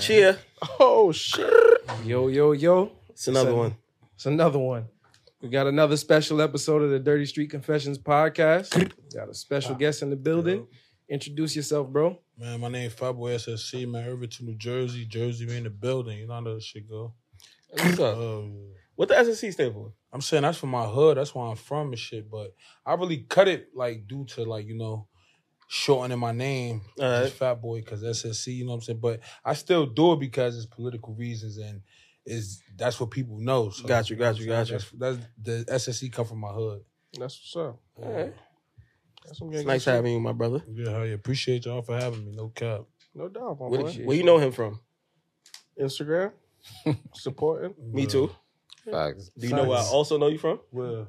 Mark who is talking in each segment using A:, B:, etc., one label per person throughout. A: Cheer.
B: Oh shit!
C: Yo, yo, yo.
A: It's another
C: Son.
A: one.
C: It's another one. We got another special episode of the Dirty Street Confessions podcast. Got a special guest in the building. Introduce yourself, bro.
D: Man, my name Fabio SSC, man, Irvington, New Jersey. Jersey, we in the building. You know how that shit go.
A: What's up?
D: Um,
A: What the SSC stand for?
D: I'm saying that's from my hood. That's where I'm from and shit. But I really cut it like due to like you know shortening my name,
A: All right.
D: just Fat Boy, because SSC. You know what I'm saying. But I still do it because it's political reasons and is that's what people know. So,
A: Got you, got you, got you.
D: That's, that's the SSC come from my hood.
B: That's what's up.
A: All right.
B: That's some
A: It's
B: good
A: nice
B: shit.
A: having you, my brother.
D: Yeah, hell yeah. Appreciate y'all for having me. No cap.
B: No doubt, my
A: Where,
B: boy.
A: where you know him from?
B: Instagram, supporting.
A: Me too.
E: Facts.
A: Do you know where I also know you from?
D: Well,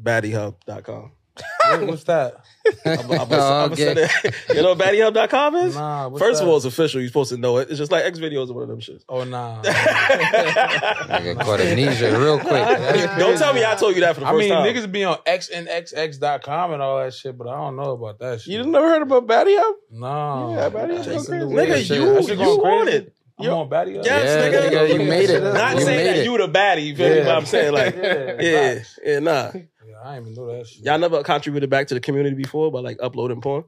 A: BattyHub.com.
D: what- what's that?
A: I'm, I'm,
E: Uh,
A: I'm,
E: Okay.
A: I'm you know what BattyHub.com is?
D: Nah. What's
A: First
D: that?
A: of all, it's official. You're supposed to know it. It's just like X videos or one of them shits.
D: oh nah.
E: Nigga caught amnesia real quick. That's
A: Don't tell me I told you that for the
D: I
A: first
D: mean,
A: time.
D: niggas be on xnxx.com and all that shit, but I don't know about that shit.
B: You done never heard about Batty Up?
D: No.
B: Yeah, Batty Up.
E: Jason
B: Jason
E: Derulo.
A: nigga,
E: shit.
A: you,
E: That
A: you
D: shit going
A: on
D: crazy.
A: it.
D: I'm on Batty Up.
A: Yes,
E: Yeah,
A: nigga.
E: nigga, you made it.
A: Not
E: you
A: saying
E: made
A: that
E: it.
A: you the baddie. You feel me?
D: Yeah.
A: But I'm saying like,
D: Yeah,
A: yeah,
D: facts.
A: yeah, nah.
D: Yeah, I didn't even know that shit.
A: Y'all never contributed back to the community before by like uploading porn.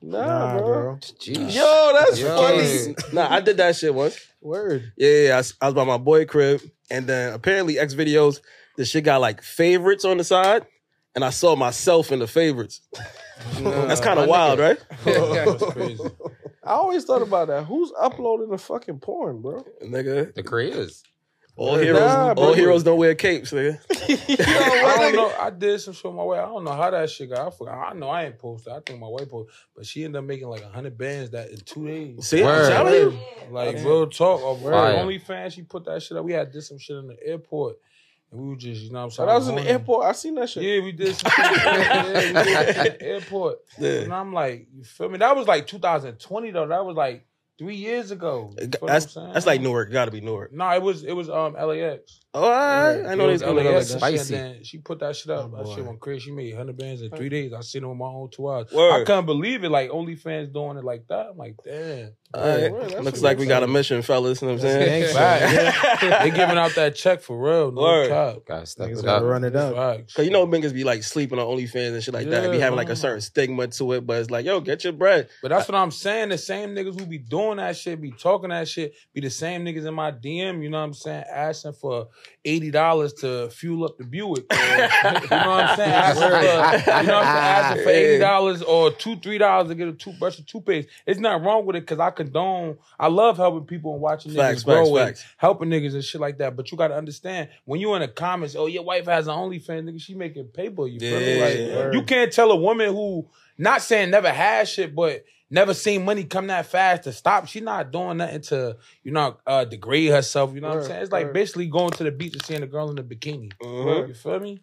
B: Nah, bro.
E: Jeez.
B: Yo, that's
E: Yo.
B: funny.
A: nah, I did that shit once.
B: Word.
A: Yeah, yeah, yeah. I, s- I was by my boy crib, and then apparently X videos, the shit got like favorites on the side, and I saw myself in the favorites. That's kind of wild, right?
D: That's crazy.
B: I always thought about that. Who's uploading the fucking porn, bro?
A: Nigga,
E: The careers.
A: all heroes,
B: bro.
A: all heroes don't wear capes, nigga.
D: I don't know. I did some shit on my way. I don't know how that shit got. I forgot. I know I ain't posted. I think my wife posted, but she ended up making like hundred bands that in two days.
A: See, I'm
E: Word.
A: telling you,
D: Like real talk. Of
E: Fire.
D: OnlyFans, she put that shit up. We had did some shit in the airport, and we were just, you know, what I'm
B: So
A: Oh,
D: saying.
B: that was in the
D: horny.
B: airport. I seen that shit.
D: Yeah, we did some shit. yeah, we did some shit at the airport. And
A: Yeah.
D: I'm like, you feel me? That was like 2020 though. That was like three years ago. You feel what
A: that's
D: I'm saying?
A: that's like Newark. Got to be Newark.
D: No, it was it was um LAX.
A: Oh, all right. I know
D: It
A: they
D: was
A: going to
D: LAX.
A: like
D: and
A: that.
D: shit,
E: Spicy.
D: and She put that shit up.
F: Oh,
D: that shit went crazy. She made hundred bands in three days. I seen it with my own two eyes. I
A: Word.
D: couldn't believe it. Like OnlyFans doing it like that. I'm like, damn.
A: All
B: Word,
A: right.
B: that's
A: Looks
B: what
A: like
B: I'm
A: we got a
B: saying.
A: mission, fellas. You know what I'm saying?
E: Thanks,
D: They giving out that check for real. No
A: Word.
D: cap.
E: Gotta step
F: Niggas
E: it
F: gotta
E: up.
F: run it up.
D: Facts.
A: Cause you know niggas be like sleeping on OnlyFans and shit like that, and be
D: Yeah,
A: having like a
D: man.
A: certain stigma to it. But it's like, yo, get your bread.
D: But that's what I'm saying. The same niggas who be doing that shit, be talking that shit, be the same niggas in my DM, you know what I'm saying, asking for $80 to fuel up the Buick. Or, you know what I'm saying? Asking for, you know what I'm saying? Asking for $80 or two, three dollars to get a toothbrush or toothpaste. It's not wrong with it because I condone, I love helping people and watching niggas
A: Facts,
D: grow
A: facts,
D: and
A: facts.
D: helping niggas and shit like that. But you gotta understand, when you in the comments, oh your wife has an OnlyFans, nigga, she making paper, you feel me?
A: Yeah.
D: Like, you can't tell a woman who not saying never had shit, but never seen money come that fast to stop. She not doing nothing to, you know, uh, degrade herself. You know what I'm
B: Word,
D: saying? It's like
B: word.
D: basically going to the beach and seeing a girl in a bikini. You feel me? You know Uh-huh. what I'm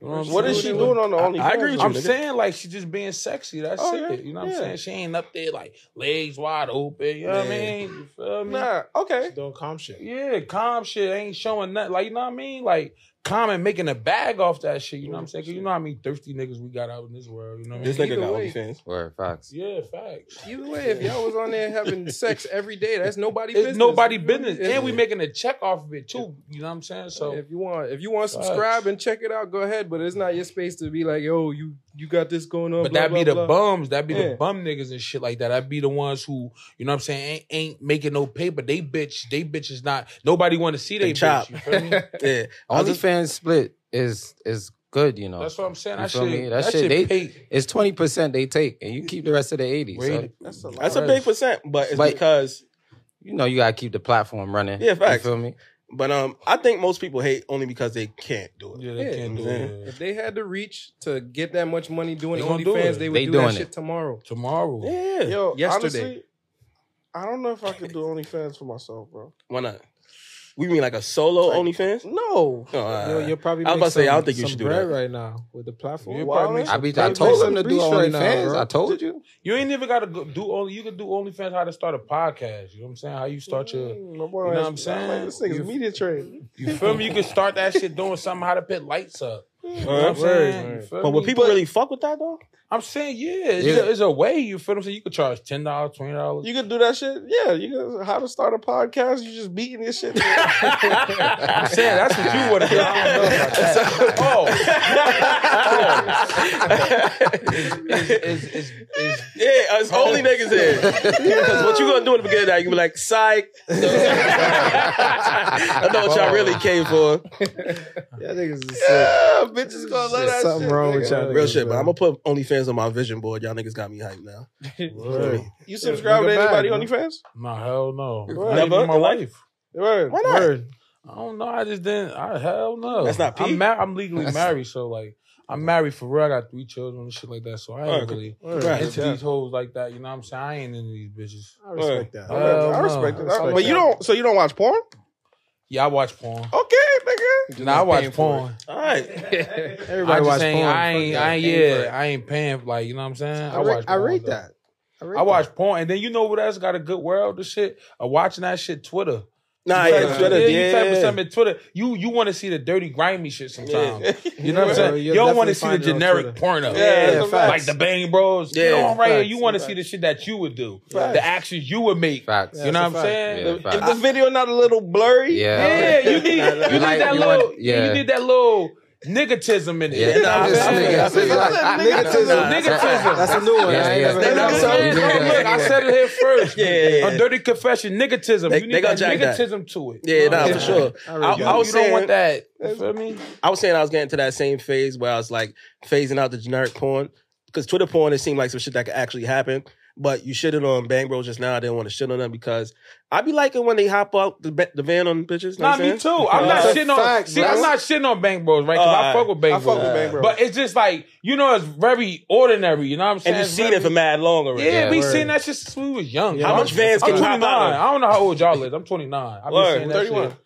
B: Mm-hmm. What
D: saying?
B: is she doing on the OnlyFans?
A: I agree with you.
D: I'm
A: nigga.
D: saying like she just being sexy. That's
B: Oh,
D: it.
B: yeah,
D: You know what
B: yeah.
D: I'm saying? She ain't up there like legs wide open. You know what I
A: Yeah.
D: mean? You feel me?
B: Nah, okay.
F: Doing calm shit.
D: Yeah, calm shit ain't showing nothing. Like, you know what I mean? Like, calm and making a bag off that shit. You know what I'm saying? 'Cause you know how many thirsty niggas we got out in this world. You know what I
A: This
D: mean?
A: nigga got
B: way.
A: OnlyFans.
E: Word. Facts.
D: Yeah, facts.
B: Either way, if y'all was on there having sex every day, that's nobody
D: It's
B: business.
D: nobody
B: You feel me?
D: business. And we making a check off of it too. You know what I'm saying? So
B: if you want, if you want to subscribe and check it out, go ahead. But it's not your space to be like, yo, you you got this going on.
D: but
B: blah,
D: that be
B: blah,
D: the
B: blah.
D: bums, that be
B: Yeah.
D: the bum niggas and shit like that. That be the ones who, you know what I'm saying, ain't, ain't making no paper. They bitch, they bitch is not nobody wanna see
A: They
D: they, bitch.
A: chop.
D: You feel me?
A: Yeah. I was just-
E: OnlyFans split is is good, you know.
D: That's what I'm saying.
E: You
D: That
E: feel
D: shit,
E: me?
D: that, shit,
E: they,
D: pay.
E: it's twenty percent they take, and you keep the rest of the eighty. So
D: Rated.
B: That's a lot.
A: That's a big percent, but it's
E: Like-
A: because
E: you know you gotta keep the platform running.
A: Yeah, facts.
E: You feel me?
A: but um I think most people hate only because they can't do it.
D: Yeah, they
B: Yeah.
D: can't do it.
B: If they had the reach to get that much money doing
D: They gonna
B: OnlyFans,
D: do it.
B: they would
E: They
B: do
E: doing
B: that
E: it.
B: shit tomorrow.
D: Tomorrow.
A: Yeah.
B: Yo,
A: Yesterday.
B: honestly,
C: I don't know if I could do OnlyFans for myself, bro.
A: Why not? We mean like a solo OnlyFans? Oh,
C: No.
A: all right, all
B: You're,
A: right.
B: you're probably
A: I was about to say, I don't think you
B: some
A: should do
B: bread
A: that.
B: right now with the platform.
C: You're probably
E: I be, I
C: Pay- pay
E: told
C: some
E: him to do
C: breach right now,
E: OnlyFans.
C: bro.
E: I told you.
D: You ain't never gotta go, do only. You could do OnlyFans how to start a podcast. You know what I'm saying? How you start your.
C: Mm-hmm. My boy
D: You know
C: asked
D: what I'm
C: me,
D: saying?
C: like, this thing's
D: You-
C: media trade.
D: You feel me? You can start that shit doing something how to put lights up. You know what I'm
B: Word,
D: saying? You
B: word.
D: feel
A: But would
D: me?
A: people really fuck with that though?
D: I'm saying, yeah, it's,
E: Yeah.
D: A, it's a way. You feel what I'm saying? You could charge ten dollars, twenty dollars.
C: You could do that shit. Yeah, you could. How to start a podcast? You just beating this shit. That's
D: I'm saying that's what you want to do. I don't know about that. Oh, oh. It's- it's- it's- it's-
A: Yeah, it's only niggas here. Because what you gonna do in the beginning of that, you gonna be like, psych. I know what y'all really came for.
B: niggas is sick.
C: bitches gonna let that
B: Something
C: shit.
B: wrong with
C: nigga.
B: y'all.
A: Real shit, but I'm gonna put OnlyFans on my vision board. Y'all niggas got me hyped now.
B: Word.
C: You subscribe
B: Nigga
C: to anybody on
B: bad,
C: OnlyFans?
D: no, hell no.
C: Right.
D: Not even
A: Never?
D: my wife.
C: Word.
A: Why not?
C: Word.
D: I don't know. I just didn't. I hell no.
A: That's not P?
D: I'm, mar- I'm legally married, so like I'm married for real. I got three children and shit like that. So I ain't
A: Alright,
D: really
B: Word.
A: Right.
D: into these hoes like that. You know what I'm saying? I ain't into these bitches.
B: I respect that.
D: Hell
C: I
D: no.
C: respect it.
B: I respect
C: but you
B: that.
C: don't. So you don't watch porn?
D: Yeah, I watch porn.
C: Okay, nigga.
D: Nah, I watch porn.
A: All right.
D: I
B: Everybody
D: just
B: watch
D: ain't, I
B: porn. Fuck
D: ain't,
B: that.
D: I ain't,
B: Anybody.
D: yeah, I ain't paying. Like, you know what I'm saying?
B: I, re-
D: watch
B: I
D: porn,
B: read
D: though.
B: that. read
D: I watch porn, and then you know what else got a good world? The shit, uh, watching that shit Twitter.
A: Nah,
D: You
A: yeah,
D: type-
A: Twitter,
D: yeah,
A: yeah.
D: you type of something in Twitter. You you want to see the dirty, grimy shit sometimes. You know what I'm
B: Yeah,
D: saying?
B: you'll
D: You don't want
B: definitely
D: to see the
B: find it on
D: generic
B: Twitter.
D: porno.
C: Yeah,
B: yeah,
D: like
B: facts.
D: the Bang Bros.
A: Yeah,
D: you know, right here,
B: facts,
D: you want to see the
B: facts.
D: shit that you would do,
C: Facts.
D: the actions you would make.
E: Facts.
D: You know what I'm
B: That's a fact.
D: saying?
E: Yeah,
C: If the
E: facts.
C: video not a little blurry,
E: Yeah.
D: Yeah, you need, you need
E: Like,
D: that
E: you
D: little,
E: want- yeah.
D: you need that little niggatism in it.
E: Yeah.
D: You know what I'm
E: This
D: saying?
E: nigga. That's
C: Nigga,
B: Niggatism.
D: Niggatism.
B: That's a new one.
E: Yeah,
B: I ain't
E: yeah.
B: never
D: They
B: heard
D: got
B: that.
D: so
E: Yeah.
D: look, I said it here first.
A: Yeah, yeah, yeah.
D: A dirty confession, niggatism.
A: They-
D: you
A: they
D: need
A: gonna
D: that
A: jack that.
D: niggatism to it.
A: Yeah, nah, for sure. I,
D: You,
A: I was
D: you
A: saying,
D: don't want that. You feel me?
A: I was saying I was getting to that same phase where I was like phasing out the generic porn because Twitter porn it seemed like some shit that could actually happen. But you shitted on Bang Bros just now. I didn't want to shit on them because I be liking when they hop out the, ba- the van on bitches. know
D: Nah,
A: what I'm
D: me
A: saying?
D: too. I'm not
B: That's a
D: shitting on.
B: fact,
D: see,
B: bro.
D: I'm not shitting on Bang Bros, right? 'Cause I
A: Alright.
D: fuck with Bang
C: I fuck
D: Bros.
C: with Bang Bros.
D: But it's just like you know, it's very ordinary. You know what I'm saying?
A: And you've
D: It's
A: seen
D: very-
A: it for mad long already.
D: Yeah, we
B: word.
D: seen that shit since we was young.
A: How
D: bro.
A: much vans
D: I'm
A: can you
D: 29.
A: hop out of?
D: I don't know how old y'all is. I'm 29. I've
A: Word.
D: been seeing that
C: 31.
D: shit.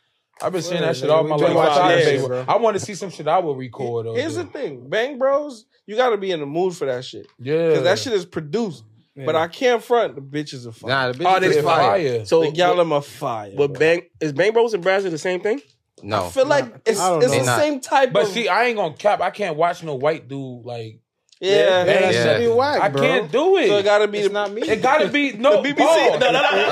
D: I've been seeing
B: Word,
D: that shit
B: nigga,
D: all
B: we
D: my
B: been
D: life.
A: watching
D: I,
A: that shit,
B: bro.
D: I want to see some shit I would record. though,
C: Here's
D: bro.
C: the thing, Bang Bros, you got to be in the mood for that shit
D: yeah,
C: because that shit is produced. But I can't front the bitches are fire.
E: Nah, the bitch
A: they
E: is fire.
A: So
C: the y'all
A: what-
C: them are fire.
A: what Bang is Bang Bros and Brazzers the same thing?
E: No.
C: I feel like it's,
B: I don't
C: it's
B: know.
C: the
E: They not.
C: same type.
D: But
C: of,
D: see, I ain't gonna cap. I can't watch no white dude like
C: yeah,
B: Yeah, that
E: Yeah.
B: should be whack,
D: I
B: bro.
D: can't do it.
C: so it gotta be
B: It's
C: the,
B: not me.
D: it gotta be no
C: BBC.
D: Pause.
C: No, no, no, no.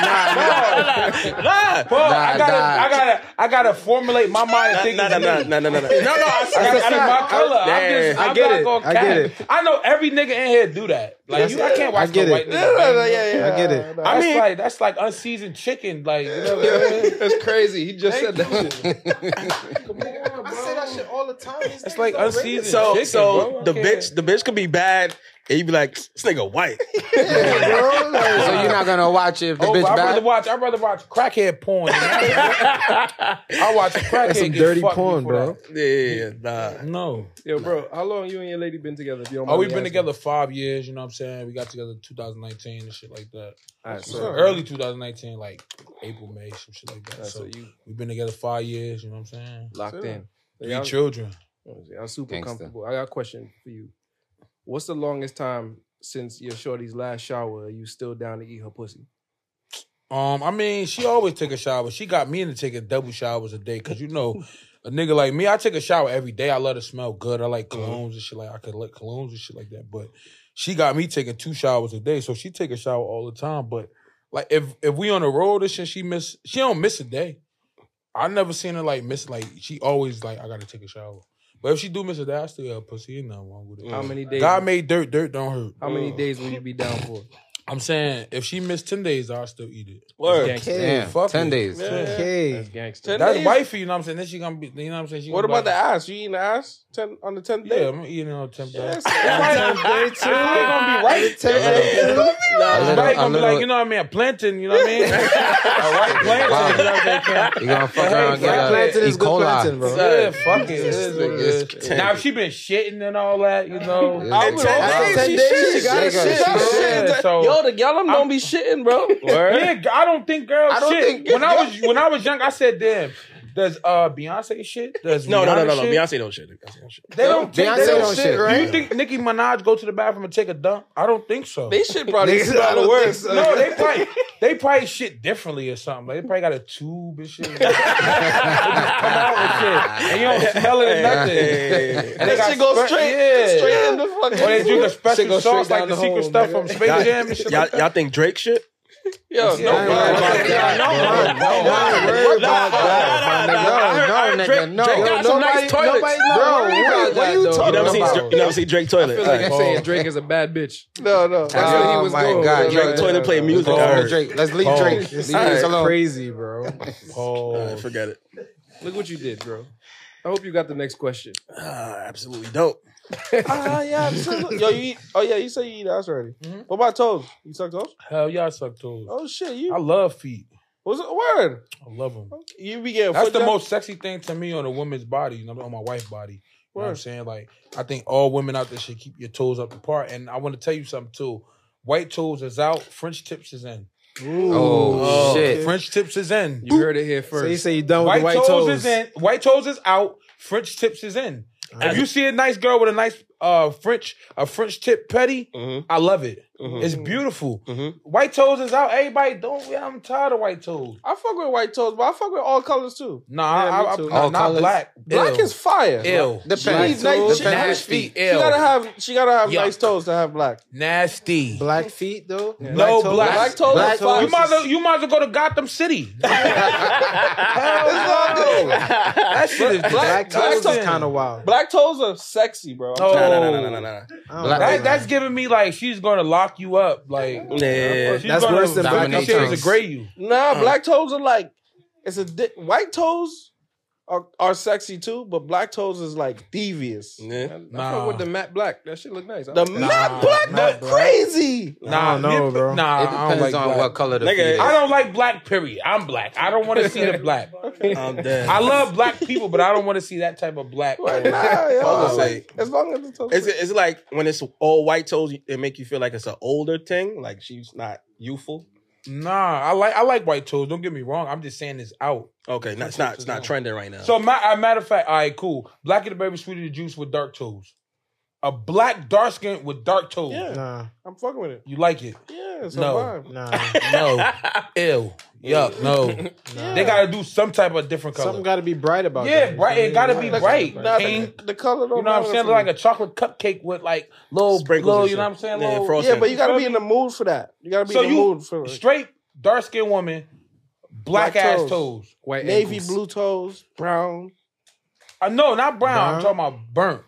D: Pause. Pause. I gotta,
E: nah.
D: I gotta, I gotta formulate my mind. and think
A: Nah, nah,
D: it's
A: nah,
D: me.
A: nah, nah, nah, nah.
D: No, no, I, I
B: That's
D: gotta
B: a
D: see my
B: fact.
D: color. I'm
A: Yeah.
D: just, I'm
B: I get
D: not
B: it.
D: gonna
B: I
D: cap.
B: get it.
D: I know every nigga in here do that. Like you, I can't watch
B: I get
D: no
B: it.
D: white
C: Yeah, yeah,
D: nigga.
C: yeah, yeah.
B: I get it.
D: I
A: I
D: mean,
A: mean-
D: like that's like unseasoned chicken. Like you know what I'm saying?
B: That's crazy. He just said that shit.
C: I say that shit all the time.
D: It's like unseasoned
A: So
D: chicken.
A: so
D: bro. I
A: the
D: can't-
A: bitch the bitch could be bad and you be like this nigga white.
B: Bro, like,
E: So you're not gonna watch it if the
D: Oh,
E: bitch
D: but I'd rather
E: bad.
D: watch. I'd rather watch crackhead porn. I watch crackhead.
B: That's some
D: get
B: dirty
D: fucked
B: porn,
D: before
B: bro.
A: yeah, nah.
D: that. No.
B: yo, bro, how long you and your lady been together? If you don't
D: Oh,
B: mind
D: we've
B: me
D: been
B: asking?
D: together five years. You know what I'm saying? We got together 2019 and shit like that.
B: All right,
D: So
B: so
D: early 2019, like April, May, some shit like that. So
B: so you
D: we've been together five years. You know what I'm saying?
B: locked in.
D: Three
B: Y'all-
D: children.
B: I'm super
E: Gangsta.
B: comfortable. I got a question for you. What's the longest time since your shorty's last shower? Are you still down to eat her pussy?
D: Um, I mean, she always took a shower. She got me into taking double showers a day because you know, a nigga like me, I take a shower every day. I let it smell good. I like colognes and shit. Like I could like colognes and shit like that. But she got me taking two showers a day, so she take a shower all the time. But like if if we on the road and shit, she miss she don't miss a day. I never seen her like miss like she always like I gotta take a shower. But if she do miss a day, I still have pussy. Ain't nothing wrong with it.
C: Mm.
B: How many days?
D: God made dirt, dirt don't hurt.
B: how many days will you be down for?
D: I'm saying if she missed ten days, I'll still eat it.
A: Word.
B: Gangsta.
E: Damn,
D: Fuck
E: ten
D: it.
E: days.
B: That's gangster.
C: Ten
D: That's
C: days?
D: wifey, you know what I'm saying? Then she gonna be, you know what I'm saying? She
C: What
D: gonna
C: about
D: be
C: the
D: like,
C: ass? You eating the ass ten on the tenth
D: Yeah,
C: day?
D: I'm eating on ten
C: Yes,
D: dollars.
C: it's like-
B: Day two.
D: gonna be right.
E: A little- a
D: Somebody
E: little- a
D: gonna be like,
E: little-
D: you know what I mean? A plantain, you know what I mean? a white plantain, you know what I'm saying?
E: You gonna fuck around
D: Hey,
E: and
D: black
E: get
B: plantain
E: a E.
B: is good plantain,
E: coli.
B: bro.
D: Yeah, fuck it. it. is what it
E: This
D: is. Now if she been shitting and all that, you know.
E: Yeah.
A: In
E: Ten
A: ten days,
E: days,
A: she
E: she
A: shit.
E: got
A: She
E: shit.
A: got
E: She
A: shit.
D: Yeah, so
B: Yo, the y'all them don't be shitting, bro.
D: Yeah, g- I don't think girls
B: I don't
D: shit.
B: think-
D: when I was when I was young, I said, "Damn, does uh Beyonce shit? Does
A: No, no, no, no, no.
D: shit?
A: Beyonce don't shit. Beyonce don't shit.
D: They don't. Take,
E: Beyonce
D: they don't
E: don't
D: shit.
E: shit,
D: Do
E: right?
D: you think Nicki Minaj go to the bathroom and take a dump? I don't think so.
B: They shit probably
E: Niggas, I don't
B: smell the
E: think
B: worst.
E: so.
D: no, they probably they probably shit differently or something. Like they probably got a tube and shit. They just come out with shit, and you don't smell it or nothing. And they
B: That
D: got
B: shit go
D: spray-
B: straight,
D: yeah.
B: straight in the fucking.
D: Or they drink a special
B: goes
D: sauce
B: straight
D: like
B: down
D: the,
B: the
D: secret
B: hole,
D: stuff
B: nigga.
D: from Space Jam and shit.
A: Y'all,
D: like that.
A: y'all think Drake shit?
B: Yo,
D: No,
E: I ain't worried about that.
D: No,
E: Don't
D: no,
E: worry about that.
A: no, no, no. I heard- I
E: my
A: heard
E: nigga.
A: Drake-
E: No,
A: Drake
E: no,
A: got
E: no.
A: some nice toilets.
E: Bro,
B: worried
E: what- what
B: about that,
E: you
B: though.
A: You
E: talking
A: never seen
E: about?
A: you never seen Drake toilet.
C: feel
A: All
C: like
A: right.
C: you're saying Drake is a bad bitch.
B: No, no. That's
C: That's where he was
E: my
C: going.
E: God,
C: with it
E: Drake
C: right
A: Toilet
C: there.
A: play music. I
E: Let's leave
A: heard.
E: Drake. Let's leave Drake. Leave Drake
C: That's
E: alone.
C: crazy, bro.
A: All right, forget it.
C: Look what you did, bro. I hope you got the next question.
A: Ah, absolutely don't.
B: Ah, yeah, absolutely. Yo, you eat? Oh yeah, you say you eat ass already.
D: Mhm.
B: What about toes? You suck toes?
D: Hell, y'all suck toes.
B: Oh shit,
D: I
B: you.
D: love feet.
B: What's the word?
D: I love them.
B: You be getting.
D: That's
B: foot
D: the
B: jab-
D: most sexy thing to me on a woman's body, you know, on my wife's body. You know what I'm
B: Word.
D: saying? Like, I think all women out there should keep your toes up apart. And I want to tell you something too. White toes is out, French tips is in.
E: Oh, shit.
D: French tips is in.
C: You heard it here first.
F: So you say you done with
D: White,
F: the white
D: toes,
F: toes?
D: is in. White toes is out, French tips is in. If you see a nice girl with a nice uh French a French tip petty,
A: Mhm.
D: I love it.
A: Mhm.
D: It's beautiful.
A: Mhm.
D: White toes is out. Everybody don't. yeah, I'm tired of white toes.
B: I fuck with white toes, but I fuck with all colors too.
D: Nah,
B: Yeah,
D: I,
B: me
D: I,
B: too.
D: nah,
E: All
D: not
E: colours.
D: black.
B: Black
D: Ew.
B: is fire.
D: ill.
B: She needs nice. She,
D: Black
B: she,
D: feet.
B: she gotta have. She gotta have
D: Yuck.
B: nice toes to have black.
D: Nasty.
F: Black feet though?
D: No black.
B: Black toes
E: Black
B: are fire.
D: You might, as well, you might as well go to Gotham City. Hell no. That shit is Oh,
F: Black
D: black.
F: toes
D: toes
F: is kind of wild.
B: Black toes are sexy, bro.
D: No,
A: No, no, no, no, no,
F: I don't
A: no.
E: Black-
F: know,
D: That,
F: man.
D: that's giving me like she's gonna lock you up. Like
A: no. Yeah.
D: she's
F: That's
D: gonna
F: worse than
D: fucking
E: dominatrix.
D: shit degrade you.
B: Nah, black toes are like it's a di- white toes are are sexy too, but black toes is like devious.
A: Yeah.
C: I fuck
D: Nah,
C: with the matte black. That shit look nice. I
B: The
C: like-
B: matte black
E: matte
B: look crazy.
D: nah,
F: I don't know,
D: you-
F: bro.
D: Nah,
E: It
D: I don't like
E: depends on
D: black.
E: what color the
A: Nigga,
E: feet is.
D: I don't like black. Period. I'm black. I don't want to see the black.
A: I'm dead.
D: I love black people, but I don't want to see that type of black.
B: Like, nah, yo,
A: I was
B: it's
A: gonna
B: like, as long as the toes.
A: Is it, is it like when it's all white toes, it make you feel like it's an older thing? Like she's not youthful?
D: Nah, I like I like white toes. Don't get me wrong. I'm just saying it's out.
A: Okay, no, it's not it's not trending right now.
D: So ma- a matter of fact, all right, cool. Black and the baby, sweetie the juice with dark toes. A black dark skin with dark toes.
B: yeah,
F: Nah,
B: I'm fucking with it.
D: You like it?
B: Yeah, it's
D: No.
B: a vibe.
F: nah.
D: No. Ew. Yuck. No. They gotta do some type of different color.
F: Something got to be bright about
D: yeah,
F: that.
D: bright. It gotta be
B: Like,
D: bright.
B: Nah, the,
D: Pink.
B: the color don't
D: You know what I'm
B: matter
D: saying?
B: for
D: Like
B: me.
D: a chocolate cupcake with like little
A: Sprinkles
D: little,
A: and
D: You know what I'm
A: shit.
D: saying?
A: Yeah,
D: Little-
A: frosting.
B: yeah, but you gotta be in the mood for that. You gotta be
D: So
B: in the
D: you-
B: mood for it.
D: straight dark skinned woman, black,
B: Black
D: ass
B: toes.
D: toes.
C: White
B: navy
C: ankles.
B: blue toes, brown.
D: Uh, no, not brown.
F: Brown?
D: I'm talking about burnt.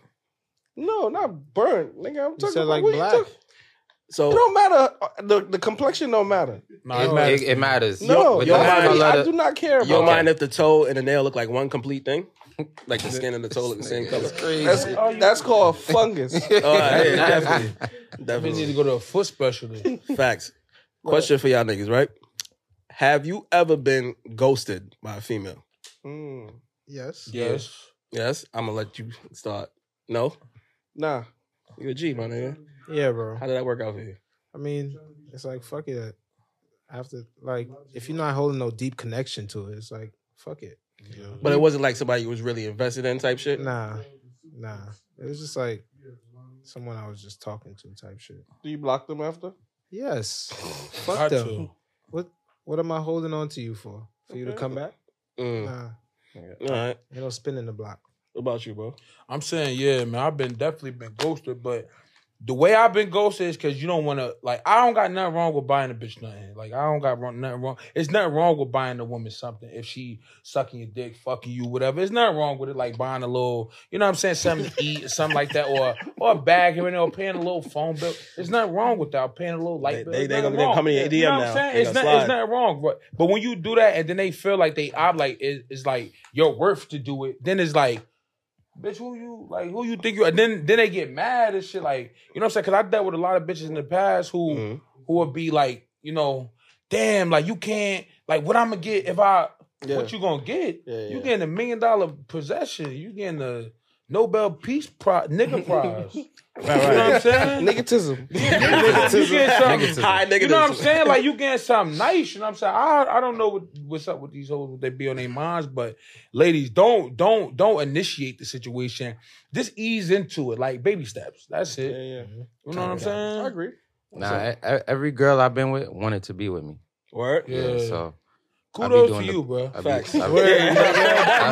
B: No, not burnt, nigga. I'm
F: You
B: talking
F: said
B: about
F: like
B: what you
F: black.
B: talk- It
A: So
B: don't matter. uh, The the complexion don't matter.
D: No, it
E: It,
D: matters.
E: it, it matters.
B: No,
E: With
A: your
E: the
A: mind-
B: that's
E: color
B: what I,
E: the-
B: do not care
A: you don't
B: about.
E: Okay.
A: mind if the toe and the nail look like one complete thing? Like the skin and the toe look the same color?
E: It's crazy.
B: That's, that's called fungus.
A: Oh, yeah, definitely.
D: We need to
A: definitely.
D: go to a foot specialist.
A: Facts. Question for y'all niggas, right? Have you ever been ghosted by a female?
B: Mm,
F: Yes.
D: yes.
A: Yes? I'm gonna let you start. No?
B: nah,
A: You a G, my nigga.
F: Yeah, bro.
A: How did that work out for you?
F: I mean, it's like fuck it. After like, if you're not holding no deep connection to it, it's like fuck it. you know?
A: But it wasn't like somebody you was really invested in type shit.
F: Nah, nah. It was just like someone I was just talking to type shit.
B: do you block them after?
F: Yes.
D: Got
F: Fuck them.
D: to.
F: What What am I holding on to you for? For you to come back?
A: Mm.
F: Nah.
A: All right.
F: You don't spin in the block.
A: What about you, bro?
D: I'm saying, yeah, man, I've been definitely been ghosted, but the way I've been ghosted is because you don't want to, like, I don't got nothing wrong with buying a bitch nothing. Like, I don't got wrong, nothing wrong. It's nothing wrong with buying a woman something. If she sucking your dick, fucking you, whatever. It's nothing wrong with it, like buying a little, you know what I'm saying, something to eat, or something like that, or or a bag here and there, or paying a little phone bill. There's nothing wrong with that. Or paying a little light
A: They-
D: bill.
A: they- they
D: There's nothing
A: gonna- they
D: wrong.
A: coming in
D: You know
A: EDM
D: what I'm
A: now.
D: saying?
A: They
D: It's,
A: gonna
D: not, it's
A: slide.
D: nothing wrong. But, but when you do that and then they feel like they, I'm like, it, it's like your worth to do it, then it's like, bitch, who you like? Who you think you? And then then they get mad and shit. Like you know what I'm saying? Because I dealt with a lot of bitches in the past who
B: Mm-hmm.
A: Mhm.
D: who would be like, you know, damn, like you can't like what I'm gonna get if I
B: Yeah.
D: what you gonna get?
B: Yeah,
D: You
B: yeah.
D: getting a million dollar possession? You getting a Nobel Peace Prize, nigga prize. You know what I'm
A: right.
D: saying?
B: Niggatism.
D: you get something.
A: High
D: You know what I'm
A: negatives.
D: saying? Like you getting something nice. You know what I'm saying? I I don't know what, what's up with these hoes. What they be on their minds, but ladies, don't don't don't initiate the situation. Just ease into it, like baby steps. That's it.
B: yeah.
D: You know what I'm saying?
B: I agree.
E: Nah, e- e- every girl I've been with wanted to be with me.
A: Word.
E: Yeah,
D: Yeah.
E: so I be
D: Kudos
E: doing
D: to
E: the-
D: you, bro.
E: I be-
A: Facts.
E: I be-
D: Word.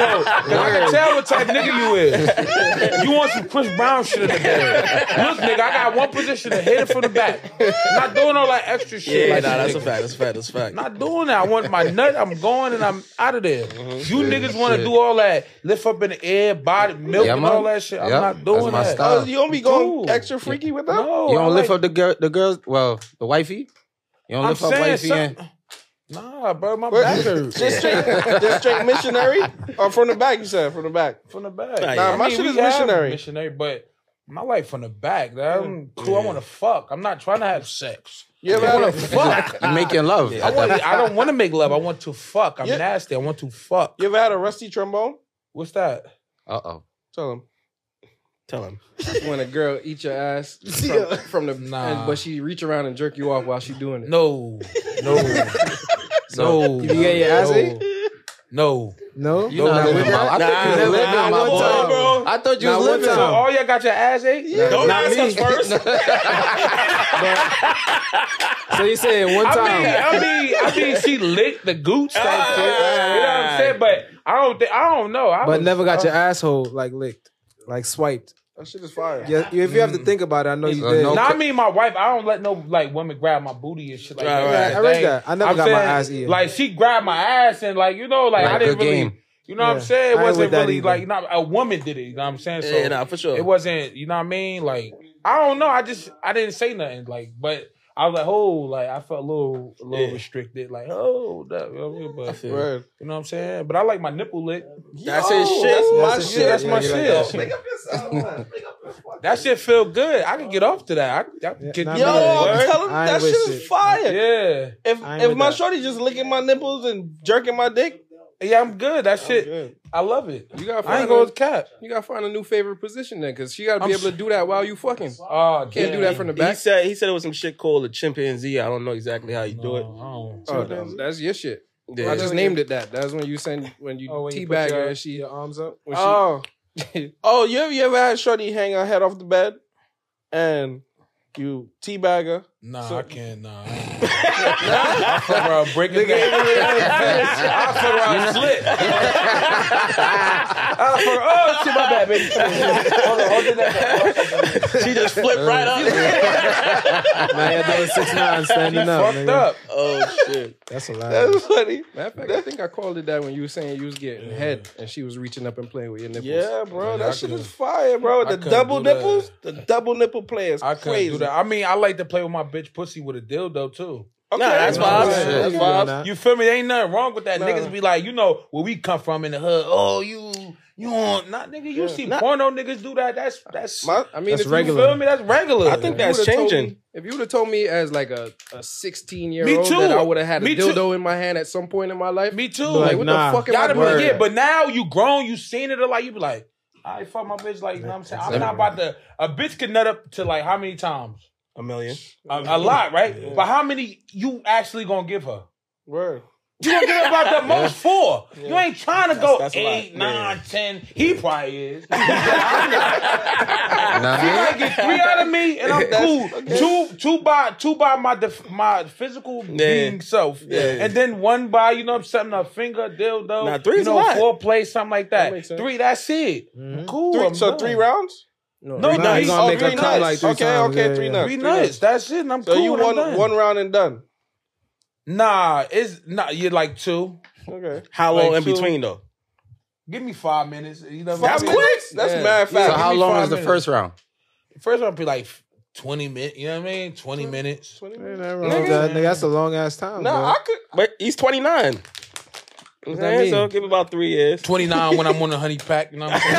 D: No, 'cause I can tell what type nigga you is. You want some Chris Brown shit in the bed. Look, nigga, I got one position to hit it from the back. Not doing all that extra shit.
A: Yeah,
D: like
A: nah,
D: you
A: that's a
D: niggas.
A: fact. That's a fact. That's a fact.
D: Not doing that. I want my nut. I'm going and I'm out of there. You niggas want to
E: Mm-hmm. Shit.
D: do all that, lift up in the air, body, milk,
E: Yeah,
D: and
E: man.
D: all that shit. I'm
E: Yep,
D: not doing
E: that's my
D: that.
E: style.
B: Oh, you don't be going
D: Dude.
B: extra freaky with them?
D: No,
E: you
D: I
E: don't lift
D: like-
E: up the girl, the girls. Well, the wifey. You don't
D: I'm
E: lift up
D: saying
E: wifey. And,
D: something. Nah, bro, my
B: Where-
D: back hurts.
B: Just straight, just straight missionary or from the back? You said from the back.
D: from the back.
A: Nah, yeah.
B: my shit
D: we
B: is
D: have
B: missionary.
D: Missionary, but my life from the back. That I'm cool. I want to fuck. I'm not trying to have sex.
B: You ever
D: I
B: had
D: want
B: a,
D: to fuck.
E: you making love.
D: I,
E: at
D: want,
E: that-
D: I don't want to make love. I want to fuck. I'm
B: Yeah.
D: nasty. I want to fuck.
B: you ever had a rusty trombone?
D: What's that?
E: Uh-oh.
B: Tell him.
A: Tell him.
C: when a girl eat your ass from,
B: Yeah.
C: from the
D: Nah.
C: and- but she reach around and jerk you off while she doing it.
D: No, no, no.
F: You get your ass ate?
D: No.
F: No,
E: You not
F: Nah,
E: living my. I thought you was
A: Nah,
E: living
A: nah, one
E: my
A: time,
E: boy.
A: bro.
E: I thought you was
D: So
E: living.
D: all y'all got your ass ate?
A: Don't
E: Not
A: ask
E: me.
A: us first.
F: so you saying one
D: I
F: time?
D: mean, I mean, I mean, she licked the gooch type shit. You know what
A: Ah.
D: I'm saying? But I don't think I don't know. I
F: but
D: was-
F: never got
D: I-
F: your asshole like licked, like swiped. Mm.
B: That shit is fire.
F: Yeah, you- if you have to think about it, I know you
E: Uh,
F: did.
E: no.
D: No,
E: Okay.
D: I mean my wife. I don't let no like woman grab my booty and shit like
A: Right,
D: that.
A: right.
F: I read
D: Dang.
F: that. I never got my ass eaten.
D: Like she grabbed my ass and like you know like,
E: Like,
D: I didn't
E: good
D: really.
E: game.
D: You know what I'm
F: Yeah.
D: saying? It
F: I ain't with
D: wasn't
F: that
D: really
F: either.
D: like not a woman did it. You know what I'm saying? So
A: Yeah, nah, for sure.
D: it wasn't. You know what I mean? Like I don't know. I just I didn't say nothing. Like but. I was like, oh, like I felt a little, a little
A: Yeah.
D: restricted. Like, oh, that, you know what I mean? but
A: feel
B: Right.
D: you know what I'm saying. But I like my nipple lick.
A: That's his shit.
B: my
D: That's shit. That's
F: Yeah,
D: my shit.
F: you like
D: That, shit feel good. I can get off to that. I, I can get
F: nah,
B: Yo,
F: I'm
B: I'm
F: with
B: telling
F: I
B: you,
F: ain't
B: that
F: with
B: shit
F: shit.
B: is fire.
D: Yeah.
B: If
F: I ain't
B: if
F: with
B: my
F: that.
B: shorty just licking my nipples and jerking my dick,
D: Yeah, I'm good. That shit,
B: good.
D: I love it.
C: You gotta
D: I
C: find
D: ain't
C: a,
D: going to cap.
C: you gotta find a new favorite position then, cause she gotta be
D: I'm
C: able to do that while you fucking.
D: Oh,
C: Can't do that from the
A: He
C: back.
A: said he said it was some shit called a chimpanzee. I don't know exactly how you do it.
D: Oh,
C: Oh, no, that's your shit.
A: Yeah.
C: I just named it that. That's when you send when you
D: Oh, when you put
C: teabag
D: your-
C: her and she your arms up. When she,
B: oh, oh, you ever, you ever had shorty hang her head off the bed and you teabag her?
D: Nah, I can't. Nah. I fuck around breaking the I fuck around slit. I fuck Oh, shit, my bad, baby. Hold on, hold on.
A: she just flipped right up.
F: Man, yeah, that was six nine standing up.
D: Fucked
F: nigga.
D: up.
A: oh shit.
F: That's a lie.
B: That's funny.
C: matter of fact, I think I called it that when you were saying you was getting head and she was reaching up and playing with your nipples.
B: Yeah, bro,
D: I
B: that shit
D: couldn't-
B: is fire, bro.
D: I
B: The
D: couldn't
B: double
D: do that.
B: nipples, the double nipple play is
D: I couldn't
B: crazy.
D: do that. I mean, I like to play with my bitch pussy with a dildo, too.
B: Okay,
A: Nah, that's
B: okay.
A: vibes.
B: Okay.
A: That's
F: Doing
A: vibes.
F: that.
D: You feel me? Ain't nothing wrong with that.
B: Nah.
D: Niggas be like, you know, where we come from in the hood. Oh, you, you on? Not nigga. You see porno niggas do that. That's that's.
B: My-
C: I mean,
F: That's
C: if
F: regular.
D: You feel me? That's regular.
A: I think
C: you
A: that's
C: would've told
A: changing.
C: me- if you would have told me as like a, a 16 year
D: Me
C: old
D: too.
C: that I would have had a
D: Me too.
C: dildo in my hand at some point in my life,
D: Me too.
C: like
F: Like,
C: what
F: nah.
C: the fuck am
D: Y'all
C: I
D: done
C: doing?
D: been, yeah, but now you grown, you seen it, or like you be like, I fuck my bitch, like you know what I'm saying. I'm not about to. A bitch can nut up to like how many times?
A: A million.
D: A, a lot, right? But how many you actually gonna give her?
B: Word.
D: You gonna give her about the most four. You ain't trying to go
A: that's a lot.
D: eight, nine, ten. He probably is.
E: Nah,
D: You might get three out of me, and I'm cool. Two, two by two by my def- my physical being self,
A: Yeah.
D: and then one by you know something a finger dildo.
A: Nah, three's
D: you know,
A: a lot.
D: foreplay, something like that.
B: makes sense.
D: three, that's it. Cool.
B: Three,
D: I'm
B: so
D: done.
B: three rounds?
D: No,
F: Nah,
D: no,
F: you
D: oh,
F: gonna make
D: three
F: her come
D: nuts.
F: like three
B: Okay,
F: times.
B: okay, three nuts.
D: Three nuts. That's it. And I'm
B: So
D: cool.
B: you
D: and I'm
B: one
D: done.
B: one round and done.
D: Nah, it's not. You're like two.
B: Okay.
A: How
D: Like
A: long in
D: two.
A: between though?
D: Give me five minutes. You know,
B: That's
D: five
B: quick.
D: minutes.
B: That's
D: Yeah.
B: mad
E: So
B: fast.
E: how
D: me
E: long
D: five
E: was the
D: minutes.
E: first round?
D: First round be like twenty minutes. You know what I mean? Twenty minutes.
F: Ain't nothing wrong with that, nigga. That's a long ass time.
B: Nah,
F: bro.
B: I could.
A: But he's 29.
C: What that mean?
A: So give him about three years.
D: Twenty nine when I'm on the honey pack. You know what I'm saying?
C: I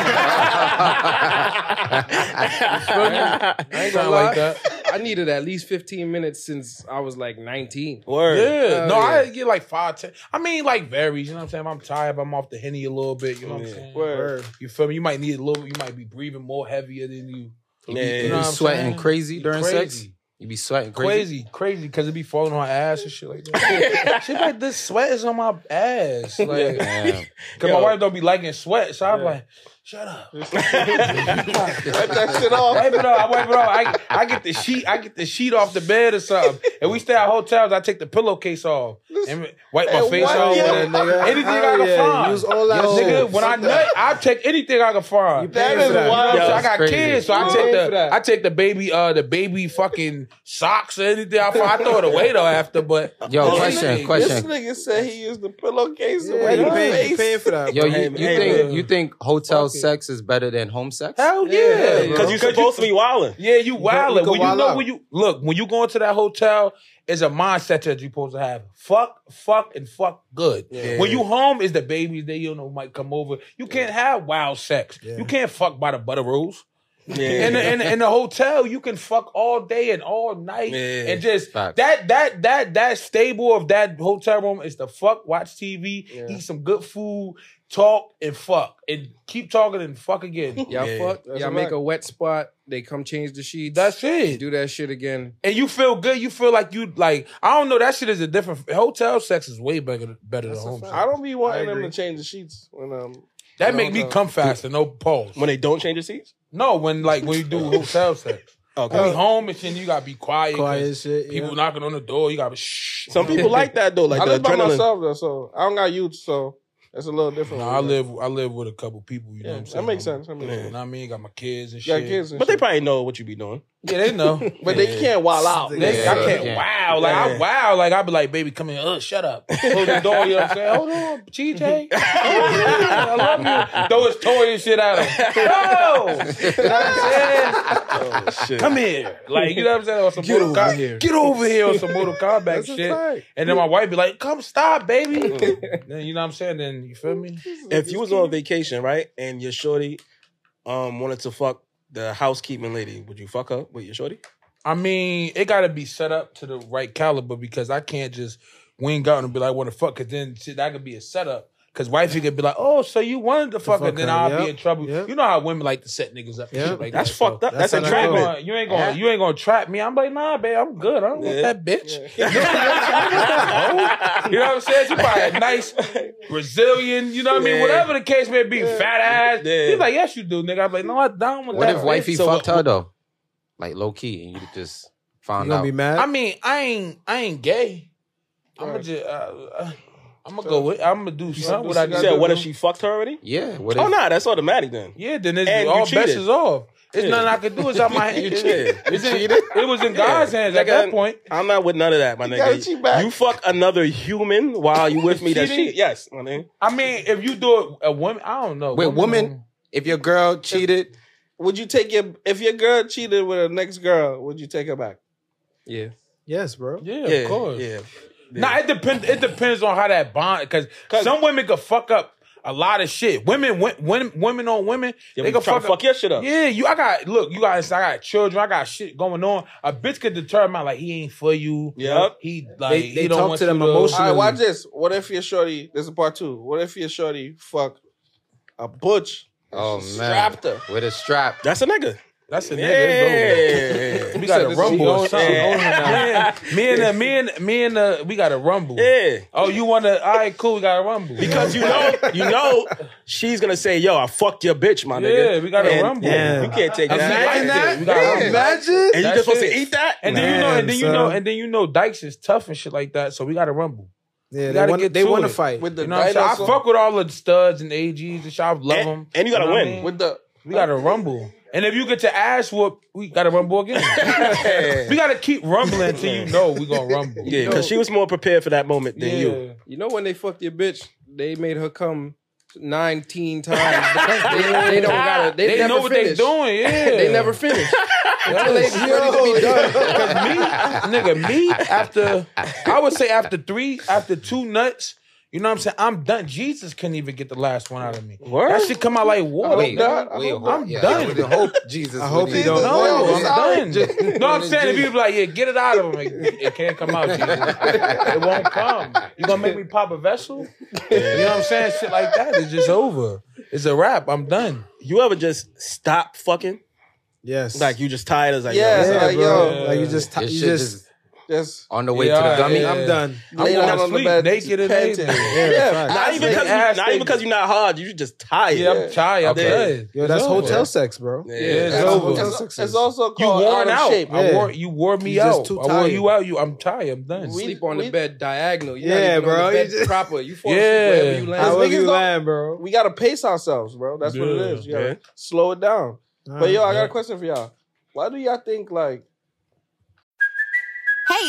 C: ain't gonna
D: Sound
C: lie.
D: like that.
C: I needed at least 15 minutes since I was like 19.
A: Word.
D: Yeah.
C: Oh,
D: no, I
C: yeah.
D: get like five, ten. I mean, like varies. You know what I'm saying? If I'm tired, I'm off the henny a little bit. You know what I'm
A: Yeah.
D: saying?
B: Word.
D: You feel me? You might need a little. You might be breathing more heavier than you.
A: Man.
E: You
D: know
E: be
D: what I'm
E: sweating
D: saying?
E: crazy
D: You
E: during sex?
D: crazy.
E: You be sweating crazy?
D: Crazy, crazy, because it be falling on her ass and shit like that. shit like this sweat is on my ass, like,
E: Damn.
D: cause
A: Yo.
D: my wife don't be liking sweat, so I'm like, shut up,
B: Wipe that shit off.
D: wipe it off, I wipe it off. I, I get the sheet, I get the sheet off the bed or something. And we stay at hotels, I take the pillowcase off and wipe my
B: Hey,
D: face
B: what,
D: off.
B: yo?
D: with it. Anything I can find.
F: Use all that
E: Yo,
F: shit.
D: Nigga, when I nut, I take anything I can find.
B: That
F: paying
B: is
F: for that.
B: wild.
D: Yo,
A: Yo,
D: so I got
E: crazy.
D: kids, so I
B: You
D: take
B: paid for
D: the
B: that.
D: I take the baby uh the baby fucking socks or anything I find. I throw it away though after, but
E: Yo,
A: Oh,
E: question,
D: nigga,
B: This
E: question.
B: nigga said he used the pillowcase to
F: Yeah,
B: wipe
F: you
B: his
F: paying, you
B: face.
F: paying for that.
E: Yo,
F: bro.
E: you,
A: Hey,
E: you
A: hey,
E: think
A: bro.
E: you think hotel
B: Fuck it.
E: sex is better than home sex?
D: hell
B: Yeah,
D: yeah,
B: bro.
A: Because you're supposed to be wilding.
D: Yeah, you wildin'.
F: go
D: When you
F: wild
D: know
F: out.
D: when you look when you go into that hotel, it's a mindset that you're supposed to have. Fuck, fuck, and fuck good. When you home is the babies that you know might come over. You can't have wild sex. You can't fuck by the butter rules.
A: Yeah.
D: in the, in, the, in the hotel, you can fuck all day and all night,
A: Yeah.
D: and just
E: Facts.
D: that that that that stable of that hotel room is to fuck, watch TV, eat some good food, talk and fuck, and keep talking and fuck again.
C: Y'all
A: Yeah,
C: fuck.
B: that's
C: Y'all
B: a
C: make
B: fact.
C: a wet spot. They come change the sheets.
D: That's
C: They
D: it.
C: do that shit again.
D: And you feel good. You feel like you like. I don't know. That shit is a different. Hotel sex is way better better than home.
B: I
D: Sex.
B: don't be
F: I
B: wanting them
F: agree.
B: to change the sheets when um.
D: That make me
B: Hotel.
D: come faster. No pause.
A: When they don't change their seats? Oh,
D: no, when like when you do hotel sex.
A: Okay.
B: Uh,
D: When you home and shit, you gotta be quiet. 'cause
F: Quiet shit.
D: People
F: yeah.
D: knocking on the door. You gotta be shh.
A: Some people like that though, like
B: I
A: the
B: live by
A: adrenaline.
B: myself though, so I don't got youth, so that's a little different.
D: No, I live I live with a couple people, you know
B: Yeah,
D: what I'm
B: that
D: saying?
B: makes sense, that makes
D: you
B: sense.
D: know what I mean? Got my kids and
B: You
D: shit.
B: got kids, and
A: But they
B: shit.
A: probably know what you be doing.
D: Yeah, they know.
B: but they can't wild out.
D: They, I
E: Yeah,
D: can't
E: yeah.
D: wow. Like I
A: Yeah.
D: wow. Like I'd be like, baby, come in. Uh, shut up. Close the door, you know what I'm saying? Hold on, TJ. I love you. Throw his toy and shit at him. No. You know what I'm saying?
A: Oh, Shit.
D: Come here. Like, you know what I'm saying? Or some Mortal Kombat. Get over here on some Mortal Kombat shit. And then my wife be like, come stop, baby. then you know what I'm saying? Then you feel me?
A: if you was on vacation, right, and your shorty um wanted to fuck the housekeeping lady, would you fuck her with your shorty?
D: I mean, it got to be set up to the right caliber because I can't just wing out and be like, "What the fuck?" Because then shit, that could be a setup. Because wifey could be like, "Oh, so you wanted to fuck,
F: fuck
D: and then
F: her,
D: I'll be
F: yep,
D: in trouble."
F: yep.
D: You know how women like to set niggas up. And
F: Yep.
D: shit like
A: That's
D: that, so-
A: fuckking up.
F: that's
A: That's,
F: how that
D: You ain't
A: entrapment.
D: gonna- You ain't gonna you ain't gonna trap me. I'm like, nah, babe, I'm good. I don't want
A: Yeah.
D: that bitch. you know what I'm saying? She probably a nice Brazilian, you know what I mean?
A: Yeah.
D: Whatever the case may be, fat ass.
A: Yeah.
D: He's like, yes, you do, nigga. I'm like, no, I don't want
E: What
D: that.
E: if wifey
A: So
E: fucked
A: what-
E: her though? Like low key and you just
F: You
E: found
F: gonna
E: out.
F: be mad?
D: I mean, I ain't, I ain't gay. I'm gonna
B: Right.
D: just, uh, uh, I'm gonna go with, I'm gonna do something. What I
A: You
D: gotta
A: said,
D: do.
A: what if she fucked her already?
E: yeah. What if
A: Oh nah, that's automatic then.
D: Yeah, then it's
A: And you
D: all bets
A: cheated.
D: is off. There's
A: Yeah.
D: nothing I could do. It's out my hand.
A: You
D: It's-
A: cheated.
D: it's in- It was in God's hands at
A: Nigga,
D: that point.
A: I'm not with none of that, my
B: gotta cheat back.
A: nigga. You fuck another human while you with me. That
D: Cheating?
A: shit, yes, my nigga.
D: I mean, if you do it, a woman, I don't know.
E: Wait, woman- if your girl cheated?
B: Would you take your if your girl cheated with her next girl? Would you take her back?
C: Yeah.
F: yes, bro.
D: Yeah,
A: yeah,
D: of course.
A: Yeah,
D: Nah, it depends. It depends on how that bond. Because some women could fuck up a lot of shit. Women, women, women on women,
A: yeah
D: they
A: we
D: could
A: trying
D: fuck
A: to
D: up.
A: fuck your shit up.
D: Yeah, you. I got look. You guys. I got children. I got shit going on. A bitch could deter my like he ain't for you.
A: Yep.
D: He like
F: They-
D: he
F: they
D: don't
F: talk
D: want
F: to
D: you
F: them emotionally.
B: All right, watch this. What if your shorty? This is part two. What if your shorty fuck a butch?
E: Oh man.
B: strapped her.
E: With a strap.
A: That's a nigga.
D: That's a nigga. it's over.
A: Yeah,
D: We got
F: said
D: a
F: this
D: rumble
F: is
D: or something.
A: going
D: Yeah. Me and the, me and me and the, we got a rumble.
A: yeah.
D: Oh, you want to? All right, cool. We got a rumble.
A: Because you know, you know, she's gonna say, "Yo, I fucked your bitch, my nigga."
D: Yeah, we gotta
A: And-
D: rumble.
A: You can't take that.
D: Imagine that. We got a rumble.
F: Imagine.
A: And you
D: That
A: just supposed
D: shit.
A: to eat that?
D: And then you know, and then you
F: Man,
D: know,
F: son.
D: and then you know, Dykes is tough and shit like that. So we got to rumble.
F: Yeah,
D: gotta
F: they want.
D: get
F: They
D: to
F: want
D: it.
F: to fight.
B: With the
D: You know what I'm saying? I
B: dinosaur,
D: fuck with all the studs and AGs and shit. I love
A: And-
D: them.
A: and you gotta
D: what I
A: win.
D: mean?
B: with the
D: We got to rumble. And if you get your ass whooped, we got to rumble again. we got to keep rumbling until you know we going to rumble.
A: Yeah, because she was more prepared for that moment than you.
C: You know when they fucked your bitch, they made her come 19 times because they, they don't gotta. They,
D: They,
C: never
D: know what
C: finish.
D: they doing, yeah.
C: They never finish. Until they ready to be done.
D: Cause me, nigga, me after I would say after three, after two nuts, You know what I'm saying? I'm done. Jesus couldn't even get the last one out of me.
A: Word?
D: That shit come out like water.
E: Wait,
D: dog.
E: wait, hold-
D: I'm
E: yeah,
D: done.
E: I would hope Jesus.
F: I hope
E: would
F: he
E: even-
F: don't-
D: No,
F: No,
D: I'm done. no, I'm saying if people be like, yeah, get it out of him. It, it can't come out, Jesus. It won't come. You gonna make me pop a vessel? You know what I'm saying? Shit like that. It's just over. It's a wrap. I'm done.
A: You ever just stop fucking?
F: Yes.
A: Like you just tired? It's like
B: Yeah,
A: yo,
F: yeah,
A: it's
B: like,
A: like,
F: bro.
B: yo.
F: Like you just,
E: This
F: you
E: shit
F: just,
E: just
B: That's
E: on the way
D: Yeah,
E: to the gummy.
D: yeah.
F: I'm done.
D: I'm
B: Laying
D: going
B: down
D: to
B: on the
D: sleep
B: bed,
D: naked and
B: panting.
D: everything.
F: Yeah,
B: Yeah.
F: facts.
A: not
D: That's
A: even
D: the
A: because you, not
D: ass
A: even
D: thing.
A: because you're not hard. You just tired.
D: Yeah, I'm tired. I'm
A: Okay.
D: done.
F: Yo, that's
D: It's over.
F: hotel sex, bro.
A: Yeah.
D: Yeah, it's
B: That's
D: over.
B: what-
F: Hotel
B: It's,
F: sex
B: it's
F: is-
B: also
D: You
B: called
D: worn
B: out,
D: out.
B: of shape.
D: I
F: Yeah.
D: wore you wore me
F: You just
D: out.
F: too
D: I wore
F: tired.
D: you out. You I'm tired. I'm done.
B: We-
C: sleep on the bed diagonal. You're
F: Yeah,
C: yeah, not even
F: bro,
C: On the bed
F: you just-
C: proper. You fall
D: Yeah.
C: asleep wherever you
F: I
B: Cause
C: land.
F: will
B: niggas
F: you
B: don't-
F: lying, bro.
B: We gotta pace ourselves, bro. That's what it
D: Yeah,
B: is. You gotta
A: yeah.
B: slow it down. But yo, I got
D: yeah.
B: a question for y'all. Why do y'all think like
G: Hey,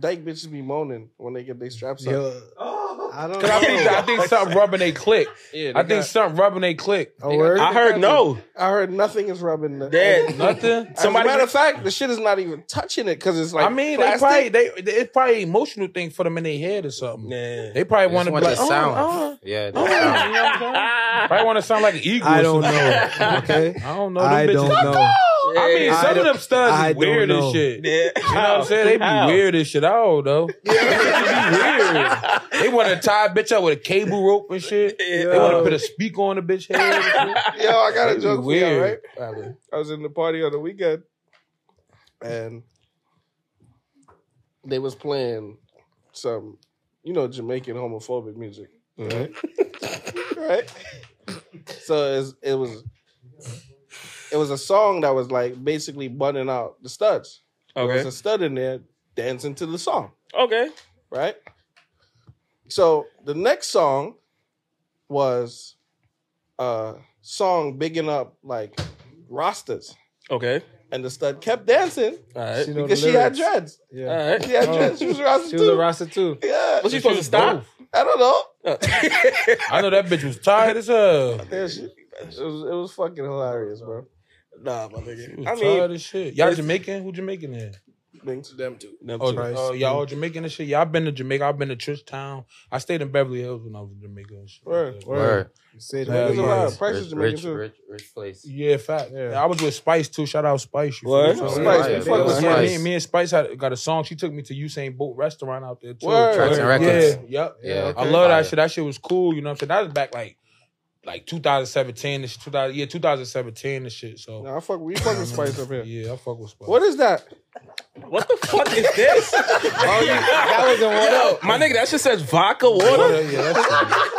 B: dyke bitches be moaning when they get their straps up?
F: Yo, I don't
D: I think
F: know.
D: I think something rubbing they click.
C: Yeah,
D: I think something rubbing they click.
F: A word?
A: I heard no.
B: I heard nothing is rubbing the
A: Dead.
D: Nothing.
B: As a
A: Somebody-
B: matter of fact, the shit is not even touching it because it's like
D: I mean, they
B: plastic.
D: probably they it's probably an emotional thing for them in their head or something.
A: Yeah.
D: They probably want
E: Just
D: to
E: want
D: like,
E: the
D: oh,
E: sound.
D: oh,
E: Yeah,
D: oh, you
E: the
D: know what
E: sound.
D: I'm saying? Probably want to sound like an eagle. or
F: I don't
D: something.
F: know. Okay.
D: I don't know. Oh, Them
F: I
D: bitches-
F: don't know.
D: I mean,
F: I
D: some of
F: don't-
D: them studs
F: I
D: is
F: don't
D: weird
F: know.
D: and shit.
A: Yeah.
D: You know what I'm saying? They be weird as shit. I don't know. They be weird. They want to tie a bitch up with a cable rope and shit. They want to put a speaker on the bitch head. And shit.
B: Yo, I got
D: They
B: a
D: be
B: joke for y'all, right?
D: weird. Probably.
B: I was in the party on the weekend, and they was playing some, you know, Jamaican homophobic music, right? right? So it's, it was, it was a song that was like basically bunning out the studs. There's
A: Okay.
B: a stud in there dancing to the song,
A: Okay.
B: right? So the next song was a song bigging up like Rastas
A: Okay.
B: and the stud kept dancing
A: All right.
C: Oh,
F: She know the
B: because she had
F: lyrics.
B: dreads.
A: All
F: Yeah.
A: right.
B: She had dreads. She was Rasta
F: She was a
B: too.
F: roster too.
B: yeah.
A: Was she supposed to stop?
B: I don't know.
D: I know that bitch was tired as hell.
B: Yeah, she, it was it was fucking hilarious, bro.
A: nah, my nigga.
D: I
A: I
D: mean, tired
A: mean,
D: as shit. Y'all Jamaican? Who Jamaican is?
B: Thanks.
A: them two. Them
D: Oh,
A: two.
D: uh, y'all all Jamaican and shit. Y'all been to Jamaica. I've been to Churchtown. I stayed in Beverly Hills when I was in Jamaica and shit.
B: Word.
E: Word.
F: Say
D: Yeah,
F: that.
B: There's a lot of
F: again.
B: Price is
E: Rich,
B: Jamaican
E: rich,
B: too.
E: rich, rich place.
D: Yeah, fact.
F: Yeah.
D: I was with Spice too. Shout out Spice. You
A: Word.
D: feel me?
B: Spice,
E: Right,
B: we
E: yeah,
B: fuck with
E: Spice.
D: Yeah, me, me and Spice had, got a song. She took me to Usain Bolt restaurant out there too.
B: Word. Tracks
E: and
D: Yeah,
E: Records.
D: yep.
E: Yeah,
D: I
E: okay.
D: love
E: Fire.
D: that shit. That shit was cool. You know what I'm saying? That was back like like 2017. This 2000, yeah, 2017 and shit. So
B: Nah, I fuck. We fuck with Spice up here.
D: yeah, I fuck with Spice.
B: What is that?
A: What the fuck is this?
F: That was in one
A: Yo, my nigga, that shit says vodka water.
D: Yeah, that's
A: Yeah,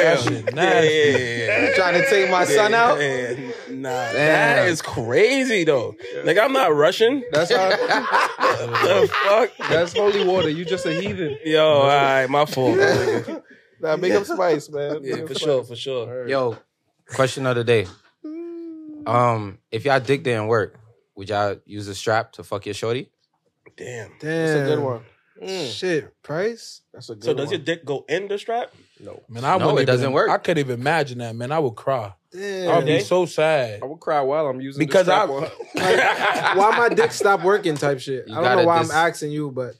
D: that shit
A: yeah,
D: nasty.
A: yeah.
F: Trying to take my son out.
A: Yeah, Nah, that
E: Damn.
A: is crazy though. Like I'm not Russian.
F: That's how,
A: The fuck,
C: That's holy water. You just a heathen.
A: yo, all right, my fault. my nigga.
B: Nah, make up Spice, man. Big
A: Yeah,
B: up
A: for
B: Spice.
A: sure, for sure.
E: Yo, question of the day.
F: Mm.
E: Um, if y'all dick didn't work, would y'all use a strap to fuck your shorty?
A: Damn.
F: damn.
B: That's a good one.
F: Shit, price.
B: That's a good
A: So
B: one.
A: does your dick go in the strap?
D: Man, I
E: No,
D: wouldn't
E: it
D: even-
E: doesn't work.
D: I couldn't even imagine that. Man, I would cry. I would
F: Damn.
D: be so sad
C: I would cry while I'm using
D: because
C: the
D: I
C: strap on.
F: why my dick stop working? Type shit.
E: You
F: I don't know
E: gotta
F: why
E: dis-
F: I'm asking you, but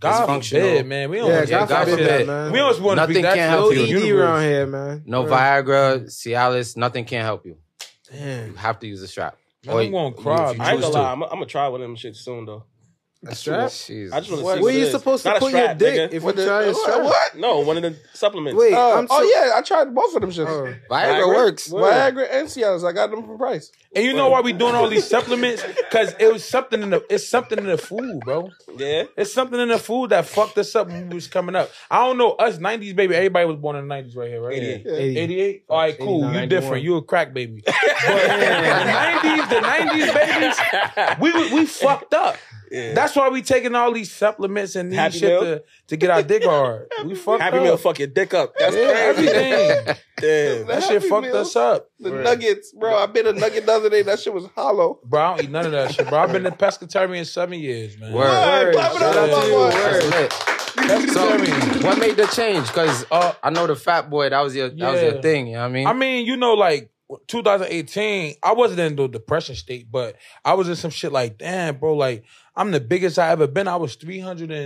D: God
E: Dysfunctional.
D: forbid, man. We don't.
F: yeah,
E: yeah,
F: God
E: God
F: forbid
E: forbid.
F: that, man.
D: We always want to be
E: Nothing
D: that
E: can
F: no
D: close
E: help
D: to the
E: you.
F: ED
D: universe.
F: around here, man.
E: No
F: Real.
E: Viagra, Cialis, nothing can help you. You
F: Damn.
E: have to use a strap.
D: Man, I'm gonna cry, man.
A: I ain't gonna lie, I'm, I'm gonna try one of them shit soon though.
F: A strap?
A: I just want to
B: What-
A: see.
F: Where
A: what it
F: you
A: is.
F: supposed to
A: Not a
F: put
A: strap,
F: your dick
A: nigga.
F: if you
B: What the-
F: try a
B: what-
F: strap?
B: what?
A: No, one of the supplements.
F: Wait,
B: Uh,
F: I'm so,
B: oh yeah, I tried both of them shit.
F: Oh.
E: Viagra works.
B: Viagra and Cialis. I got them from Price.
D: And you know why we doing all these supplements? Because it was something in the it's something in the food, bro.
A: Yeah.
D: It's something in the food that fucked us up when we was coming up. I don't know us '90s baby. Everybody was born in the '90s, right here, right?
A: 88.
D: Yeah.
F: 80.
D: 88. All right, cool.
F: 89,
D: you different. You a crack baby. But the '90s, the '90s babies, we was- we fucked up.
A: Yeah.
D: That's why we taking all these supplements and these
A: Happy
D: shit
A: Meal?
D: to, to get our dick hard. We fucked
A: Happy
D: up.
A: Meal, fuck your dick up. That's
D: yeah,
A: crazy.
D: everything.
A: Damn.
D: That shit
B: Happy
D: fucked
B: Meal.
D: us up.
B: The nuggets, bro. I bit a nugget the other day. That shit was hollow.
D: Bro, I don't eat none of that shit, bro. I've been a pescatarian seven years, man.
E: Word.
B: Hey, clap it up,
E: Shout out
B: my
E: to you.
B: boy.
E: That's lit.
D: Pescatarian.
E: So, what made the change? Because uh, I know the Fat Boy. That was your. That was
D: Yeah.
E: your thing. You know what I mean?
D: I mean, you know, like 2018, I wasn't in the depression state, but I was in some shit like, damn, bro, like I'm the biggest I ever been. I was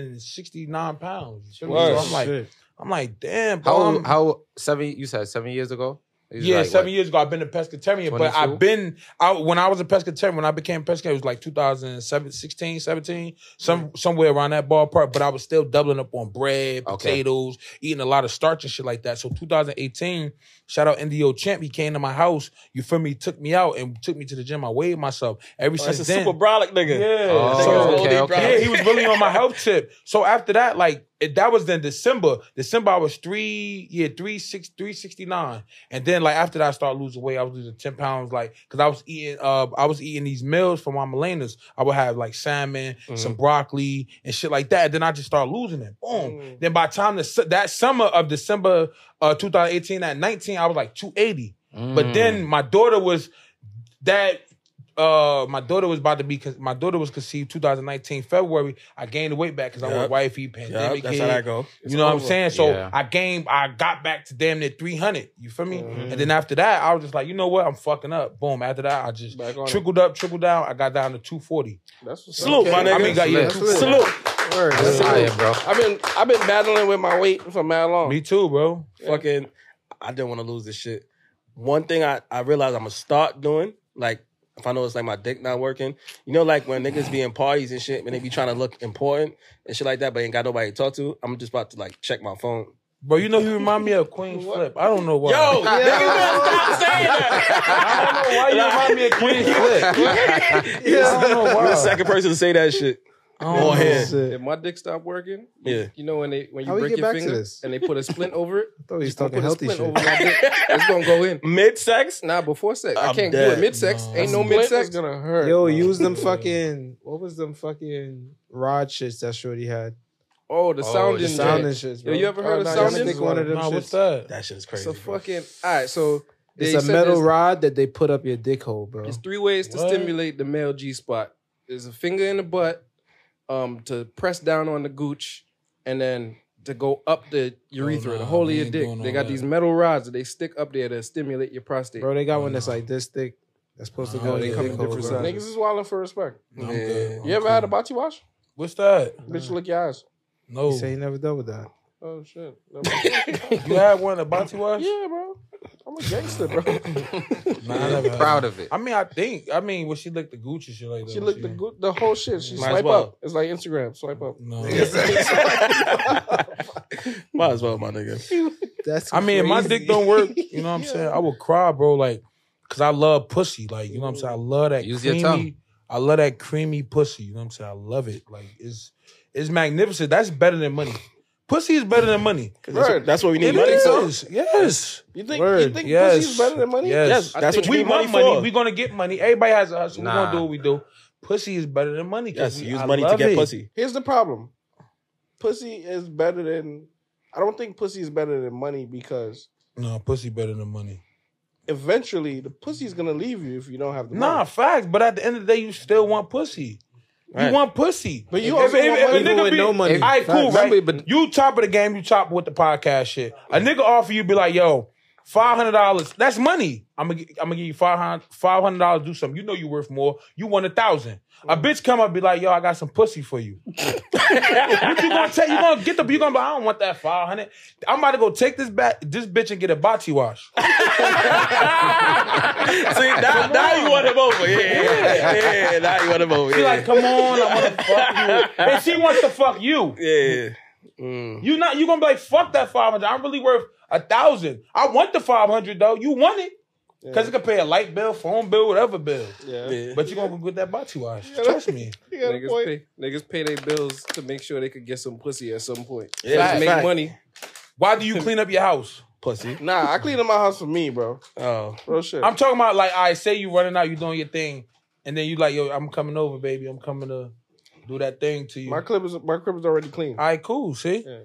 D: 369 pounds. You feel me? So I'm like, I'm like, damn, bro.
E: how
D: I'm-
E: how seven? You said seven years ago. It was
D: um, yeah,
E: like,
D: seven
E: what?
D: years ago I've been a pescatarian, but
E: 22?
D: I've been I, when I was a pescatarian, when I became pescatarian, it was like 2007, 16, 17, some somewhere around that ballpark. But I was still doubling up on bread,
E: Okay.
D: potatoes, eating a lot of starch and shit like that. So 2018, shout out Indio Champ, he came to my house. You feel me? Took me out and took me to the gym. I weighed myself. Every
A: Oh,
D: since
A: That's a
D: then,
A: super brolic nigga.
D: yeah.
E: Oh,
D: so
E: okay, okay.
D: yeah, he was really on my health tip. So after that, like it, that was then December. December I was three, yeah, three six, three sixty nine. And then like after that, I started losing weight. I was losing ten pounds, like because I was eating, uh, I was eating these meals from my Milenas. I would have like salmon, some broccoli, and shit like that. Then I just started losing it. Boom. Then by the time the, su- that summer of December uh, 2018, at 19, I was like 280. But then my daughter was that uh my daughter was about to be con- my daughter was conceived 2019 February. I gained the weight back because I
A: Yup.
D: went wifey
A: Yeah,
D: pandemic.
A: that's
D: hit.
A: how that go.
D: You know what I'm saying? So
E: Yeah.
D: I gained, I got back to damn near 300. You feel me? And then after that, I was just like, you know what? I'm fucking up. Boom. After that, I just
B: Back on it.
D: trickled up, trickled down. I got down to 240.
B: That's what's
A: Salute, my nigga.
D: I mean, got, yeah,
E: That's
D: 240.
E: lit.
A: Salute.
F: Word.
E: That's fire, bro.
B: I've been I've been battling with my weight for mad long.
D: Me too, bro.
A: Fucking, I didn't want to lose this shit. One thing I, I realized I'm gonna start doing, like if I know it's like my dick not working, you know, like when niggas be in parties and shit, and they be trying to look important and shit like that, but ain't got nobody to talk to. I'm just about to like check my phone.
D: Bro, you know you remind me of Queen Flip. I don't know why.
A: Yo, niggas better stop saying
D: I
A: that.
D: don't know why you remind me of Queen Flip. I don't know
A: You're
D: why.
A: the second person to say that shit.
D: I don't
A: Or
D: know.
A: head.
F: Shit.
C: If my dick stopped working,
A: Yeah.
C: you know when they when you
F: How we
C: break
F: get
C: your
F: back to
C: finger
F: this?
C: and they put a splint over it,
F: I thought he was
C: just gonna
F: talking
C: put a
F: healthy
C: splint
F: shit.
C: over my dick. It's gonna go in.
A: Mid sex?
C: Nah, before sex, I
A: I'm
C: can't do
A: dead.
C: it mid sex.
D: No.
C: Ain't no
B: Splint
C: mid
B: is
C: sex.
B: gonna hurt.
F: Yo,
B: bro.
F: use them fucking what was them fucking rod shits that Shorty had?
C: Oh, the
E: Oh,
C: sound
E: the
C: in
F: Sound
C: there.
F: and shits,
C: Yo,
F: bro.
C: you ever
F: Oh,
C: heard of
F: nah,
C: sound
F: y'all
C: in
F: stick one of them
D: Nah, what's
F: shits.
D: that?
A: That shit is
C: It's
A: crazy.
C: a
A: bro.
C: fucking all right. So they
F: It's a
C: said
F: metal
C: there's-
F: rod that they put up your dick hole, bro.
C: There's three ways to
D: What?
C: stimulate the male G spot. There's a finger in the butt, um, to press down on the gooch, and then to go up the urethra,
D: no,
C: the hole of
D: we
C: your
D: ain't
C: dick.
D: doing all
C: They got
D: that.
C: these metal rods that they stick up there to stimulate your prostate.
F: Bro, they got one that's like this thick. That's supposed to go
D: Oh,
F: in
D: they
F: your
D: come
F: dick
D: in
F: hole,
C: different
F: bro.
C: sizes.
B: Niggas is wilding for respect.
D: No, I'm good. I'm
B: You ever had a
D: cool.
B: body wash?
D: What's that?
B: Bitch, lick your eyes.
D: No.
F: He said he never dealt with that.
B: Oh shit.
D: You had one at Bati Wash?
B: yeah, bro. I'm a gangster, bro.
D: Nah, I never had
E: Proud
D: one.
E: of it.
D: I mean, I think. I mean, when she licked the Gucci shit like that.
B: She licked the good, the whole shit. She
A: Might as
B: swipe
A: well.
B: up. It's like Instagram. Swipe up.
D: No.
A: Might as well, my nigga.
F: That's
D: I mean, if my
F: crazy.
D: dick don't work, you know what I'm saying? I would cry, bro. Like, cause I love pussy. Like, you know what I'm saying? I love that
E: Use your
D: creamy.
E: tongue.
D: I love that creamy pussy. You know what I'm saying? I love it. Like, it's it's magnificent. That's better than money. Pussy is better than money.
B: Word.
A: That's what we need
D: It
A: money for.
D: is. Yes.
B: You think you
F: Word.
B: think
D: Yes.
B: pussy's better than money?
D: Yes.
A: Yes,
D: I
A: that's
D: think
A: what you
D: we
A: need money
D: want
A: for.
D: We're gonna get money. Everybody has a hustle. We're
E: Nah.
D: gonna do what we do. Pussy is better than money. 'cause
A: Yes,
D: we-
A: use
D: I
A: money to
D: love
A: get
D: it.
A: pussy.
B: Here's the problem. Pussy is better than. I don't think pussy is better than money because
D: No, pussy better than money.
B: eventually the pussy's gonna leave you if you don't have the money.
D: Nah, facts. But at the end of the day, you still want pussy.
A: Right.
D: You want pussy.
B: But you also want money
D: a
B: even
D: nigga
F: with
D: be,
F: no money.
D: All right, cool,
F: Facts.
D: right?
F: But-
D: you top of the game. You top with the podcast shit. A nigga offer you be like, yo. Five hundred dollars. That's money. I'm gonna I'm gonna give you five hundred five hundred dollars. Do something. You know you worth more. You want a thousand. A bitch come up be like, yo, I got some pussy for you. what you gonna take? You gonna get the? You gonna? Be, I don't want that five hundred. I'm about to go take this back. This bitch and get a bocce wash.
A: See, now, now you want him over. Yeah, yeah, yeah, now you want him over.
D: She
A: Yeah.
D: like, come on, I want to fuck you, and she wants to fuck you.
A: yeah.
D: You not you gonna be like fuck that five hundred. I'm really worth a thousand. I want the five hundred though. You want it because it can pay a light bill, phone bill, whatever bill.
B: Yeah.
A: Yeah.
D: But you gonna go get that body wash. Trust me.
B: You got a
C: Niggas
B: point.
C: pay, niggas pay their bills to make sure they could get some pussy at some point.
A: Yeah,
C: Just
A: fact,
C: make
A: fact.
C: money.
D: Why do you clean up your house?
A: Pussy.
B: Nah, I cleaned up my house for me, bro.
A: Oh.
B: Real shit.
D: I'm talking about like I say you running out, you doing your thing, and then you like yo, I'm coming over, baby. I'm coming to do do that thing to you.
B: My clip is my clip is already clean.
D: All right, cool. See,
B: Yeah.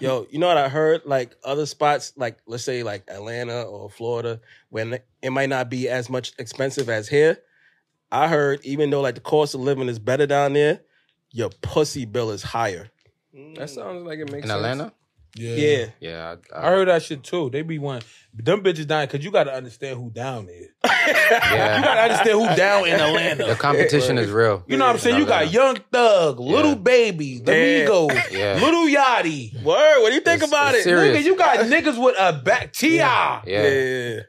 A: Yo, you know what I heard? Like other spots, like let's say like Atlanta or Florida, when it might not be as much expensive as here. I heard even though like the cost of living is better down there, your pussy bill is higher.
C: That sounds like it makes
E: in
C: sense.
E: Atlanta.
A: Yeah.
E: Yeah, I,
D: I heard that shit too. They be one them bitches down because you got to understand who down there. You got
E: Yeah,
D: to understand who down in Atlanta.
E: the competition is real.
D: You know what I'm saying? You got Young Thug, Little Baby, The
A: Yeah.
D: Migos,
E: Yeah.
D: Little Yachty.
A: Word, what do you think
E: It's-
A: about
E: it's
A: it?
E: serious.
D: Nigga, you got niggas with a back Ti,
E: Yeah,
A: Yeah.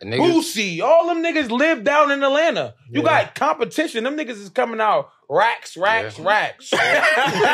E: And niggas,
D: Boosie. All them niggas live down in Atlanta. You got competition. Them niggas is coming out racks, racks, racks. so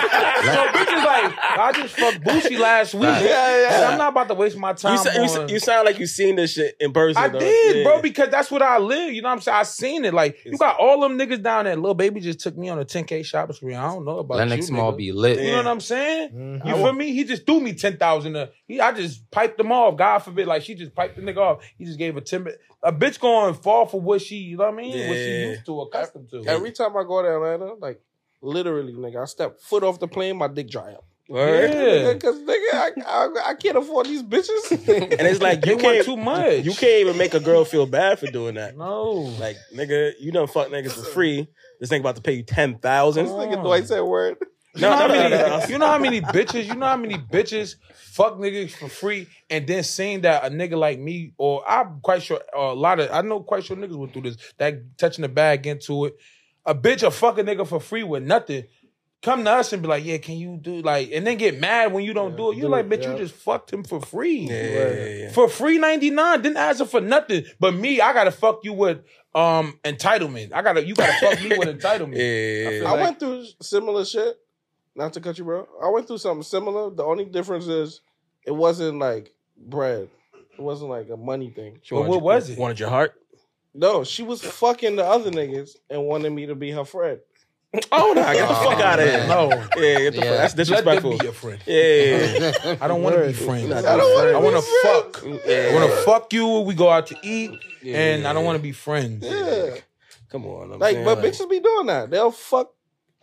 D: bitches like, I just fucked Boosie last week. And I'm not about to waste my time.
A: You, sa- you,
D: on-
A: sa- you sound like you seen this shit in person.
D: I
A: though.
D: did,
A: Yeah.
D: bro, because that's what I live. You know what I'm saying? I seen it. Like you got all them niggas down there. Little baby just took me on a 10k shopping spree. I don't know about
E: Lennox
D: you,
E: Small
D: nigga.
E: be lit.
D: You know what I'm saying?
A: Mm-hmm.
D: You feel me? He just threw me ten thousand. He, I just piped them off. God forbid, like she just piped the nigga off. He just gave a ten. A bitch going fall for what she, you know what I mean? What she
A: Yeah.
D: used to, accustomed to.
B: Every time I go to Atlanta, like literally, nigga, I step foot off the plane, my dick dry up.
A: Word.
D: Yeah.
B: Because nigga, I, I I can't afford these bitches.
A: And it's like
D: They
A: you
D: want
A: can't
D: too much.
A: you can't even make a girl feel bad for doing that.
D: no.
A: Like nigga, you done fuck niggas for free. This nigga about to pay you ten thousand.
B: this nigga Dwight said word.
D: You know,
A: No,
D: how
A: no, no,
D: many,
A: no, no.
D: you know how many bitches, you know how many bitches fuck niggas for free and then seeing that a nigga like me, or I'm quite sure or a lot of I know quite sure niggas went through this, that touching the bag into it. A bitch will fuck a nigga for free with nothing. Come to us and be like, yeah, can you do like and then get mad when you don't do it. You're like, bitch, you just fucked him for free. For free 99, didn't ask him for nothing. But me, I gotta fuck you with um entitlement. I gotta you gotta fuck me with entitlement.
A: Yeah.
D: I feel
B: I
D: like-
B: went through similar shit. Not to cut you, bro. I went through something similar. The only difference is it wasn't like bread. It wasn't like a money thing.
A: She wanted
D: what
A: your-
D: was it?
A: Wanted your heart?
B: No, she was fucking the other niggas and wanted me to be her friend.
A: Oh no! Get the
E: Oh,
A: fuck out of here!
E: man.
A: No, yeah, get the
E: Yeah.
A: fuck. That's disrespectful.
D: Let them be your friend.
A: Yeah, yeah, yeah.
D: I don't want to be friends.
A: Not
B: I don't want to.
D: I want to
B: friends.
D: fuck. I want to fuck you. We go out to eat, and I don't want to be friends.
B: Yeah.
A: come on. I'm
B: Like,
A: saying,
B: but bitches be doing that. They'll fuck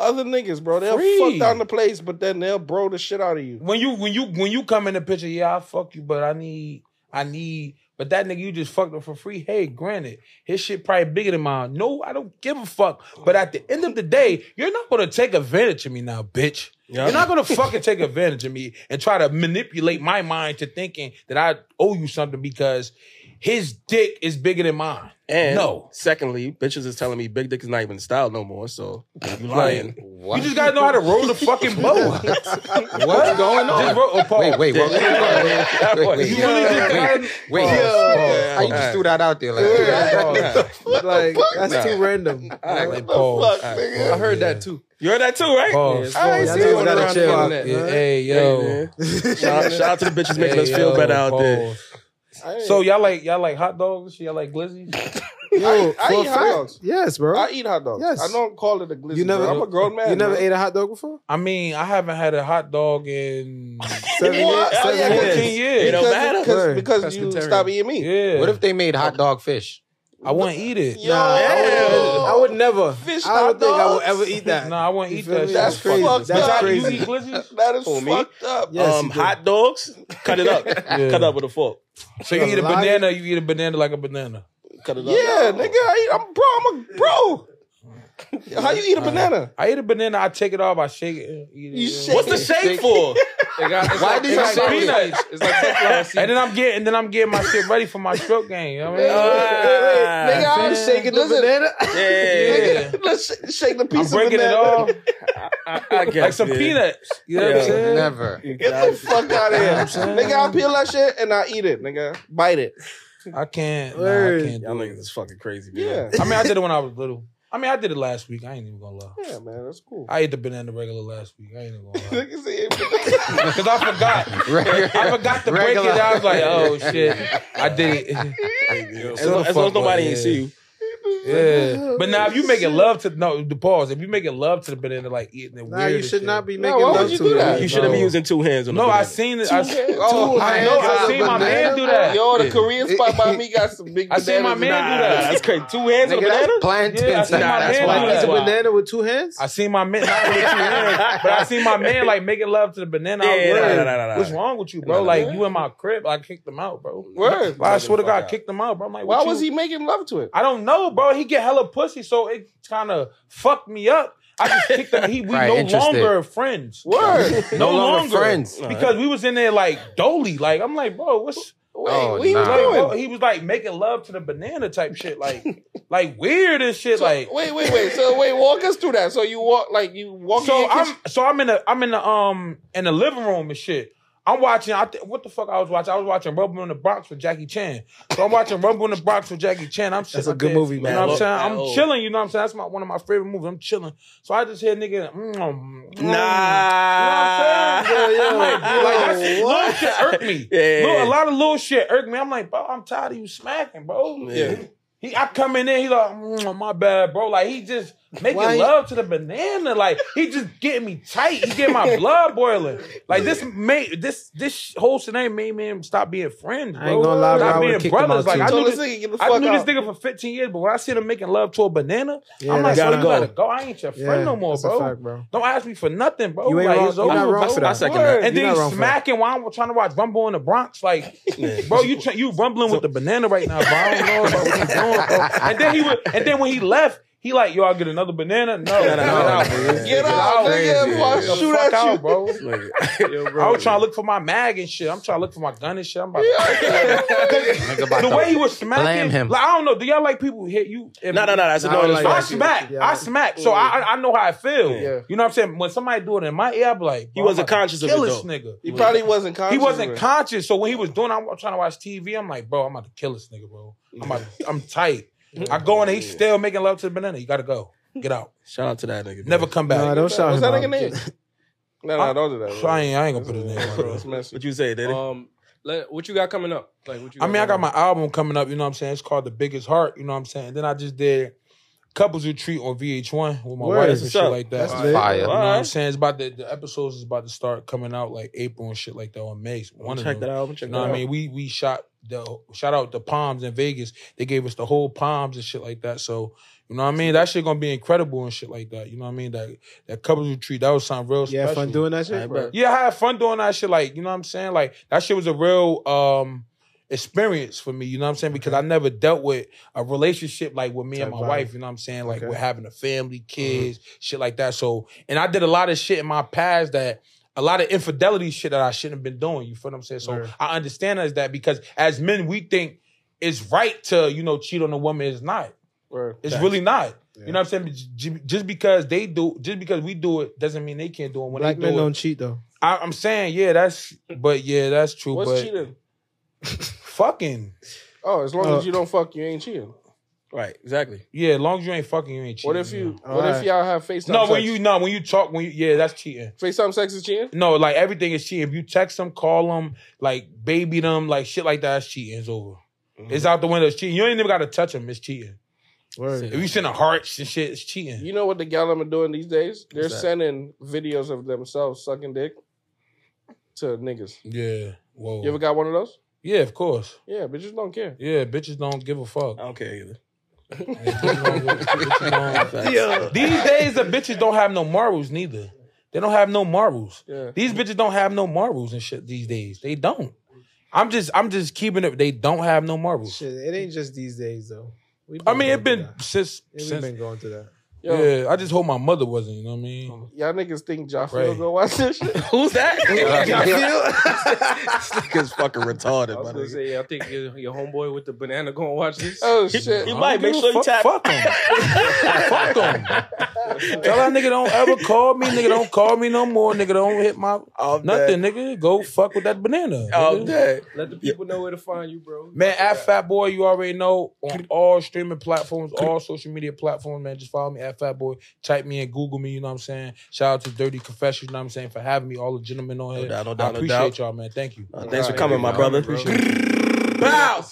B: other niggas, bro. They'll
D: Free.
B: fuck down the place, but then they'll bro the shit out of you.
D: When you when you when you come in the picture, yeah, I fuck you, but I need I need. But that nigga, you just fucked him for free. Hey, granted, his shit probably bigger than mine. No, I don't give a fuck. But at the end of the day, you're not gonna take advantage of me now, bitch.
A: Yeah.
D: You're not gonna fucking take advantage of me and try to manipulate my mind to thinking that I owe you something because his dick is bigger than mine.
A: and
D: no,
A: Secondly, bitches is telling me big dick is not even style no more. So you lying?
E: What?
D: You just gotta know how to roll the fucking boat.
E: What's going on?
D: Just roll- oh, pause.
E: Wait, wait, what- wait, wait,
D: You really
E: wait,
D: just
E: wait,
D: gotta-
E: wait.
A: Yeah.
E: How you just threw that out there? Like,
F: Like that's too random.
E: Like,
D: Pause.
C: I heard that too.
A: You heard that too, right?
D: Pause.
F: I ain't
C: seen one around the internet,
D: Yeah,
C: huh?
D: Hey yo,
A: Shout, shout out to the bitches making
D: Hey,
A: us feel
D: yo,
A: better out
D: pause.
A: there.
D: So y'all like y'all like hot dogs? Y'all like glizzies?
F: Yo,
B: I
F: for a
B: eat hot
F: fact.
B: dogs.
F: Yes, bro.
B: I eat hot dogs.
F: Yes.
B: I don't call it a glizzy.
F: You never-
B: bro. I'm a grown man.
F: you never
B: bro.
F: ate a hot dog before?
D: I mean, I haven't had a hot dog in
F: Seven
B: What?
F: years.
B: Oh, yeah,
F: Seven
B: I got
F: years.
D: 14 years.
A: It don't
B: because,
A: matter.
B: because,
F: Word.
B: because you
C: Pescatarian.
B: stop eating meat.
D: Yeah.
E: what if they made hot dog fish?
D: I wouldn't eat it?
B: Yo,
F: I would never.
B: Fish
F: I don't
B: hot
F: think I would
B: dogs?
F: ever eat that.
D: No, I wouldn't
F: You
D: eat
F: feel
D: that.
F: me?
D: shit.
B: That's
F: crazy.
B: fucked
F: That's
B: up.
D: You
F: crazy.
D: eat glizzies?
B: that is
A: For me?
B: fucked up.
F: Yes,
A: um,
F: you do.
A: hot dogs, cut it up, cut up with a fork.
D: So you eat a
F: lying.
D: banana? You eat a banana like a banana?
A: Cut it up.
B: Yeah, nigga, I eat, I'm bro. I'm a bro. How you eat a banana?
D: I eat a banana. I take it off. I shake it. Eat it
B: You
D: yeah.
B: shake
A: What's the
B: it.
A: shake for?
C: They got, it's
E: Why
C: like,
E: do
C: it's
E: you
C: like
E: say
C: peanuts. It's like Teflon seeds.
D: And then I'm getting, then I'm getting my shit ready for my stroke game. You know what I mean?
A: Ah,
B: nigga, I'm shaking the banana.
A: yeah,
D: Yeah.
B: Nigga, Let's sh- shake the
D: I'm
B: piece of
D: breaking it
B: banana.
D: off
A: I, I guess
D: like some
A: yeah.
D: peanuts. You know what
A: Yeah.
D: I'm saying?
E: Never.
B: Get the fuck out of here. nigga, I'll peel that shit and I'll eat it, nigga. Bite it.
D: I can't. nah, I
F: Word.
D: can't
A: Y'all
D: do
A: niggas
D: it.
A: is fucking crazy. Man.
B: Yeah.
D: I mean, I did it when I was little. I mean, I did it last week. I ain't even gonna lie.
B: Yeah, man, that's cool.
D: I ate the banana regular last week. I ain't even gonna lie.
B: Nigga say it.
D: Cause I forgot. I forgot to break it
E: Regular.
D: down. I was like, oh shit, I did it.
A: As, long, as long as nobody ain't see you.
D: Yeah, but now if you making love to no the pause, if you making love to the banana like eating it
F: Nah,
D: weird,
F: you
D: and
F: should
D: shit.
F: not be
B: No,
F: making
B: why would
F: love
B: you
F: to
B: do
F: it.
B: that?
A: You shouldn't be using two hands on.
D: No,
A: the
D: I
A: banana.
D: seen it. I,
B: Oh,
D: I know. I seen my man do that.
B: Yo, the Korean spot by me got some big.
D: I seen my
B: bananas.
D: man
A: Nah,
D: do that.
A: that's crazy. Two hands on a
F: Nigga, that's
A: banana.
E: Plantain
D: Yeah, I seen
E: type.
D: my
E: That's
D: man
E: why.
D: do
F: Like,
D: that.
F: He's a
D: Why?
F: banana with two hands.
D: I seen my man, not with two hands, but I seen my man like making love to the banana.
A: Yeah,
D: I was
A: nah,
D: worried,
A: nah, nah, nah, nah.
D: What's wrong with you, bro? like you in my crib, I kicked him out, bro.
B: Word.
D: Like, I swear to God, I kicked him out, bro. I'm like,
B: Why
D: what
B: was
D: you-
B: he making love to it?
D: I don't know, bro. He get hella pussy, so it kind of fucked me up. I just kicked him. He we
E: Right,
D: no
E: interested.
D: longer friends.
B: Word.
D: No,
E: longer
D: longer,
E: friends.
D: because we was in there like dolly. Like I'm like, bro, what's
B: Wait,
E: Oh,
B: what you
E: nah.
D: like, bro,
B: doing?
D: he was like making love to the banana type shit, like like weird and shit, like.
B: Wait, wait, wait. So wait, walk us through that. So you walk like you walk. in
D: So
B: your
D: I'm
B: kitchen-
D: so I'm in the I'm in the um in the living room and shit. I'm watching. I th- what the fuck I was watching? I was watching Rumble in the Bronx with Jackie Chan. So I'm watching Rumble in the Bronx with Jackie Chan. I'm
F: That's
D: sitting
F: a good
D: up there,
F: movie, man.
D: You know what I'm
A: Look,
D: saying?
A: that
D: I'm
A: old.
D: chilling. You know what I'm saying? That's my one of my favorite movies. I'm chilling. So I just hear nigga. Mm, mm, mm.
A: Nah.
D: You know what I'm saying? I'm like, like, that's- little shit irked me.
A: Yeah, yeah,
D: Little-
A: yeah.
D: a lot of little shit irked me. I'm like, bro, I'm tired of you smacking, bro.
A: Yeah.
D: He, I come in there, he like, mm, my bad, bro. Like he just making
F: Why he-
D: love to the banana. Like he just getting me tight. He getting my blood boiling. Like this made this this whole scenario made me stop being friends. Bro.
F: I ain't gonna lie, bro. I
D: stop
F: would've
D: being
F: kicked him
D: brothers.
F: out
D: Like
F: too.
D: I
B: So
D: knew
B: this
D: this.
B: nigga get the
D: I
B: fuck
D: knew
B: out.
D: this nigga for 15 years, but when I seen him making love to a banana,
F: Yeah,
D: I'm like,
F: that's
D: bro,
A: gotta
D: you
A: go.
D: gotta go. I ain't your
F: Yeah,
D: friend no more,
F: that's a
D: bro.
F: fact, bro.
D: Don't ask me for nothing, bro.
F: You ain't
D: like,
F: wrong-
D: it's
F: you're not
D: over,
F: wrong
D: bro.
F: for that.
A: I second that.
D: And
F: You're
D: then
F: not
D: he's
F: wrong for that.
D: smacking while I'm trying to watch Rumble in the Bronx. Like, bro, you try, you rumbling with the banana right now, bro. I don't know about what he's doing, bro. And then he would, and then when he left, he like, yo, I'll get another banana. No, get out, bro.
B: Get out, nigga! Before I
D: The
B: shoot
D: fuck
B: at
D: out,
B: you.
D: bro.
A: Yo, bro.
D: I was trying to look for my mag and shit. I'm trying to look for my gun and shit. I'm about
E: Nigga about
D: the
E: to
D: way he was smacking.
E: blame him.
D: Like, I don't know. Do y'all like people who hit you? If-
A: No, no, no. That's
F: Nah, I
A: annoying.
F: like
A: as
D: I
F: that
A: fuck.
F: shit.
D: smack.
F: Yeah.
D: I smack. So I I- I know how I feel.
B: Yeah.
D: You know what I'm saying? When somebody do it in my ear, I be like,
A: He
D: bro,
A: wasn't
D: I'm about to
A: conscious of
D: kill
A: it,
D: this
A: though.
D: nigga.
B: He probably wasn't conscious.
D: He
B: of
D: wasn't
B: it.
D: conscious. So when he was doing, I'm trying to watch TV. I'm like, bro, I'm about to kill this nigga, bro. I'm about, I'm tight. I go in and he's still making love to the banana. You gotta go. Get out.
A: Shout out to that nigga.
D: Never come back.
F: Nah, don't shout
B: What's
F: him
B: that
F: out.
B: nigga name? No, no, don't do that.
D: So I ain't, I ain't gonna put his name on it.
B: bro. It's messy.
A: What you say, Diddy?
C: Oh,
H: Um, let, what you got coming up? Like what you?
D: I mean, I got
H: coming
D: my
H: up?
D: album coming up, you know what I'm saying? It's called The Biggest Heart, you know what I'm saying? then I just did Couples Retreat on VH1 with my
F: Word,
D: wife
A: what's
D: and shit
A: up?
D: like that.
F: That's
D: You
F: lit.
E: fire.
D: know what
A: Alright.
D: I'm saying? It's about the, the episodes is about to start coming out like April and shit like that on May. One of
A: check
D: them.
A: that album. Check
D: You know
A: that
D: what I
A: out.
D: mean? We we shot the shout out the Palms in Vegas. They gave us the whole Palms and shit like that. So you know what I mean? That shit gonna be incredible and shit like that. You know what I mean? That that couples retreat that was something real
F: Yeah,
D: special.
F: fun doing that shit.
A: I
F: bro.
A: bet.
D: Yeah, I had fun doing that shit. Like, you know what I'm saying? Like, that shit was a real um experience for me, you know what I'm saying? Because I never dealt with a relationship like with me and my
F: Type vibe.
D: wife, you know what I'm saying? Like
F: Okay. Mm-hmm.
D: we're having a family, kids, shit like that. So and I did a lot of shit in my past that a lot of infidelity shit that I shouldn't have been doing. You feel what I'm saying? So
F: Right.
D: I understand as that because as men, we think it's right to, you know, cheat on a woman. It's not.
B: Word.
D: It's
A: Facts.
D: really not.
F: Yeah.
D: You know what I'm saying? J- j- Just because they do, just because we do it, doesn't mean they can't do it. When
F: Black
D: they
F: men
D: do it,
F: don't cheat though.
D: I, I'm saying, yeah, that's, but yeah, that's true.
B: What's
D: but
B: cheating?
D: fucking,
B: Oh, as long
F: Uh,
B: as you don't fuck, you ain't cheating.
A: Right, exactly.
D: yeah, as long as you ain't fucking, you ain't cheating.
B: What if you?
F: All
B: what if
F: right.
B: y'all have FaceTime?
D: No, when
B: sex?
D: you no, when you talk, when you yeah, that's cheating.
B: FaceTime sex is cheating.
D: No, like everything is cheating. If you text them, call them, like baby them, like shit like that, that's cheating. It's over.
B: Mm-hmm.
D: It's out the window. It's cheating. You ain't even got to touch them. It's cheating.
F: Word.
D: If you send a hearts and shit, it's cheating.
B: You know what the gallum are doing these days? They're
A: What's that?
B: sending videos of themselves sucking dick to niggas.
D: yeah. Whoa.
B: You ever got one of those?
D: yeah, of course.
B: Yeah, bitches don't care.
D: Yeah, bitches don't give a fuck.
F: Oh.
A: I don't care either.
D: Bitches don't give a- bitches don't-
A: Facts.
D: These days, the bitches don't have no morals neither. They don't have no morals.
B: Yeah.
D: These bitches don't have no morals and shit these days. They don't. I'm just I'm just keeping it. They don't have no morals.
F: Shit, it ain't just these days though. We've
D: I mean, it
F: going
D: been
F: through that.
D: since
F: Yeah, we've
D: since
F: been going through that.
B: Yo,
D: yeah. I just hope my mother wasn't. You know what I mean?
B: y'all niggas think
D: Right.
B: Joffrey go watch this shit?
A: Who's that?
H: Yeah.
A: this nigga's fucking
H: I
A: retarded,
H: was
A: my
H: gonna
A: nigga.
H: say, I think your, your homeboy with the banana gonna watch this.
B: Oh
A: He,
B: shit!
A: he might make sure you
D: fuck,
A: tap.
D: Fuck them. fuck them. Tell that nigga don't ever call me. Nigga don't call me no more. Nigga don't hit my
A: I'm
D: nothing.
A: dead.
D: Nigga go fuck with Oh, that banana.
A: I'm
D: nigga.
A: dead.
H: Let the people know where to find you, bro.
D: Man, at Fat Boy, you already know on all streaming platforms, all social media platforms, man. Just follow me at Fat Boy. Type me and Google me, you know what I'm saying? Shout out to Dirty Confessions, you know what I'm saying, for having me, all the gentlemen on here.
A: doubt, no
D: I
A: doubt, no
D: appreciate
A: doubt.
D: y'all, man. Thank you.
A: Uh, thanks for coming, my brother.
D: Bow!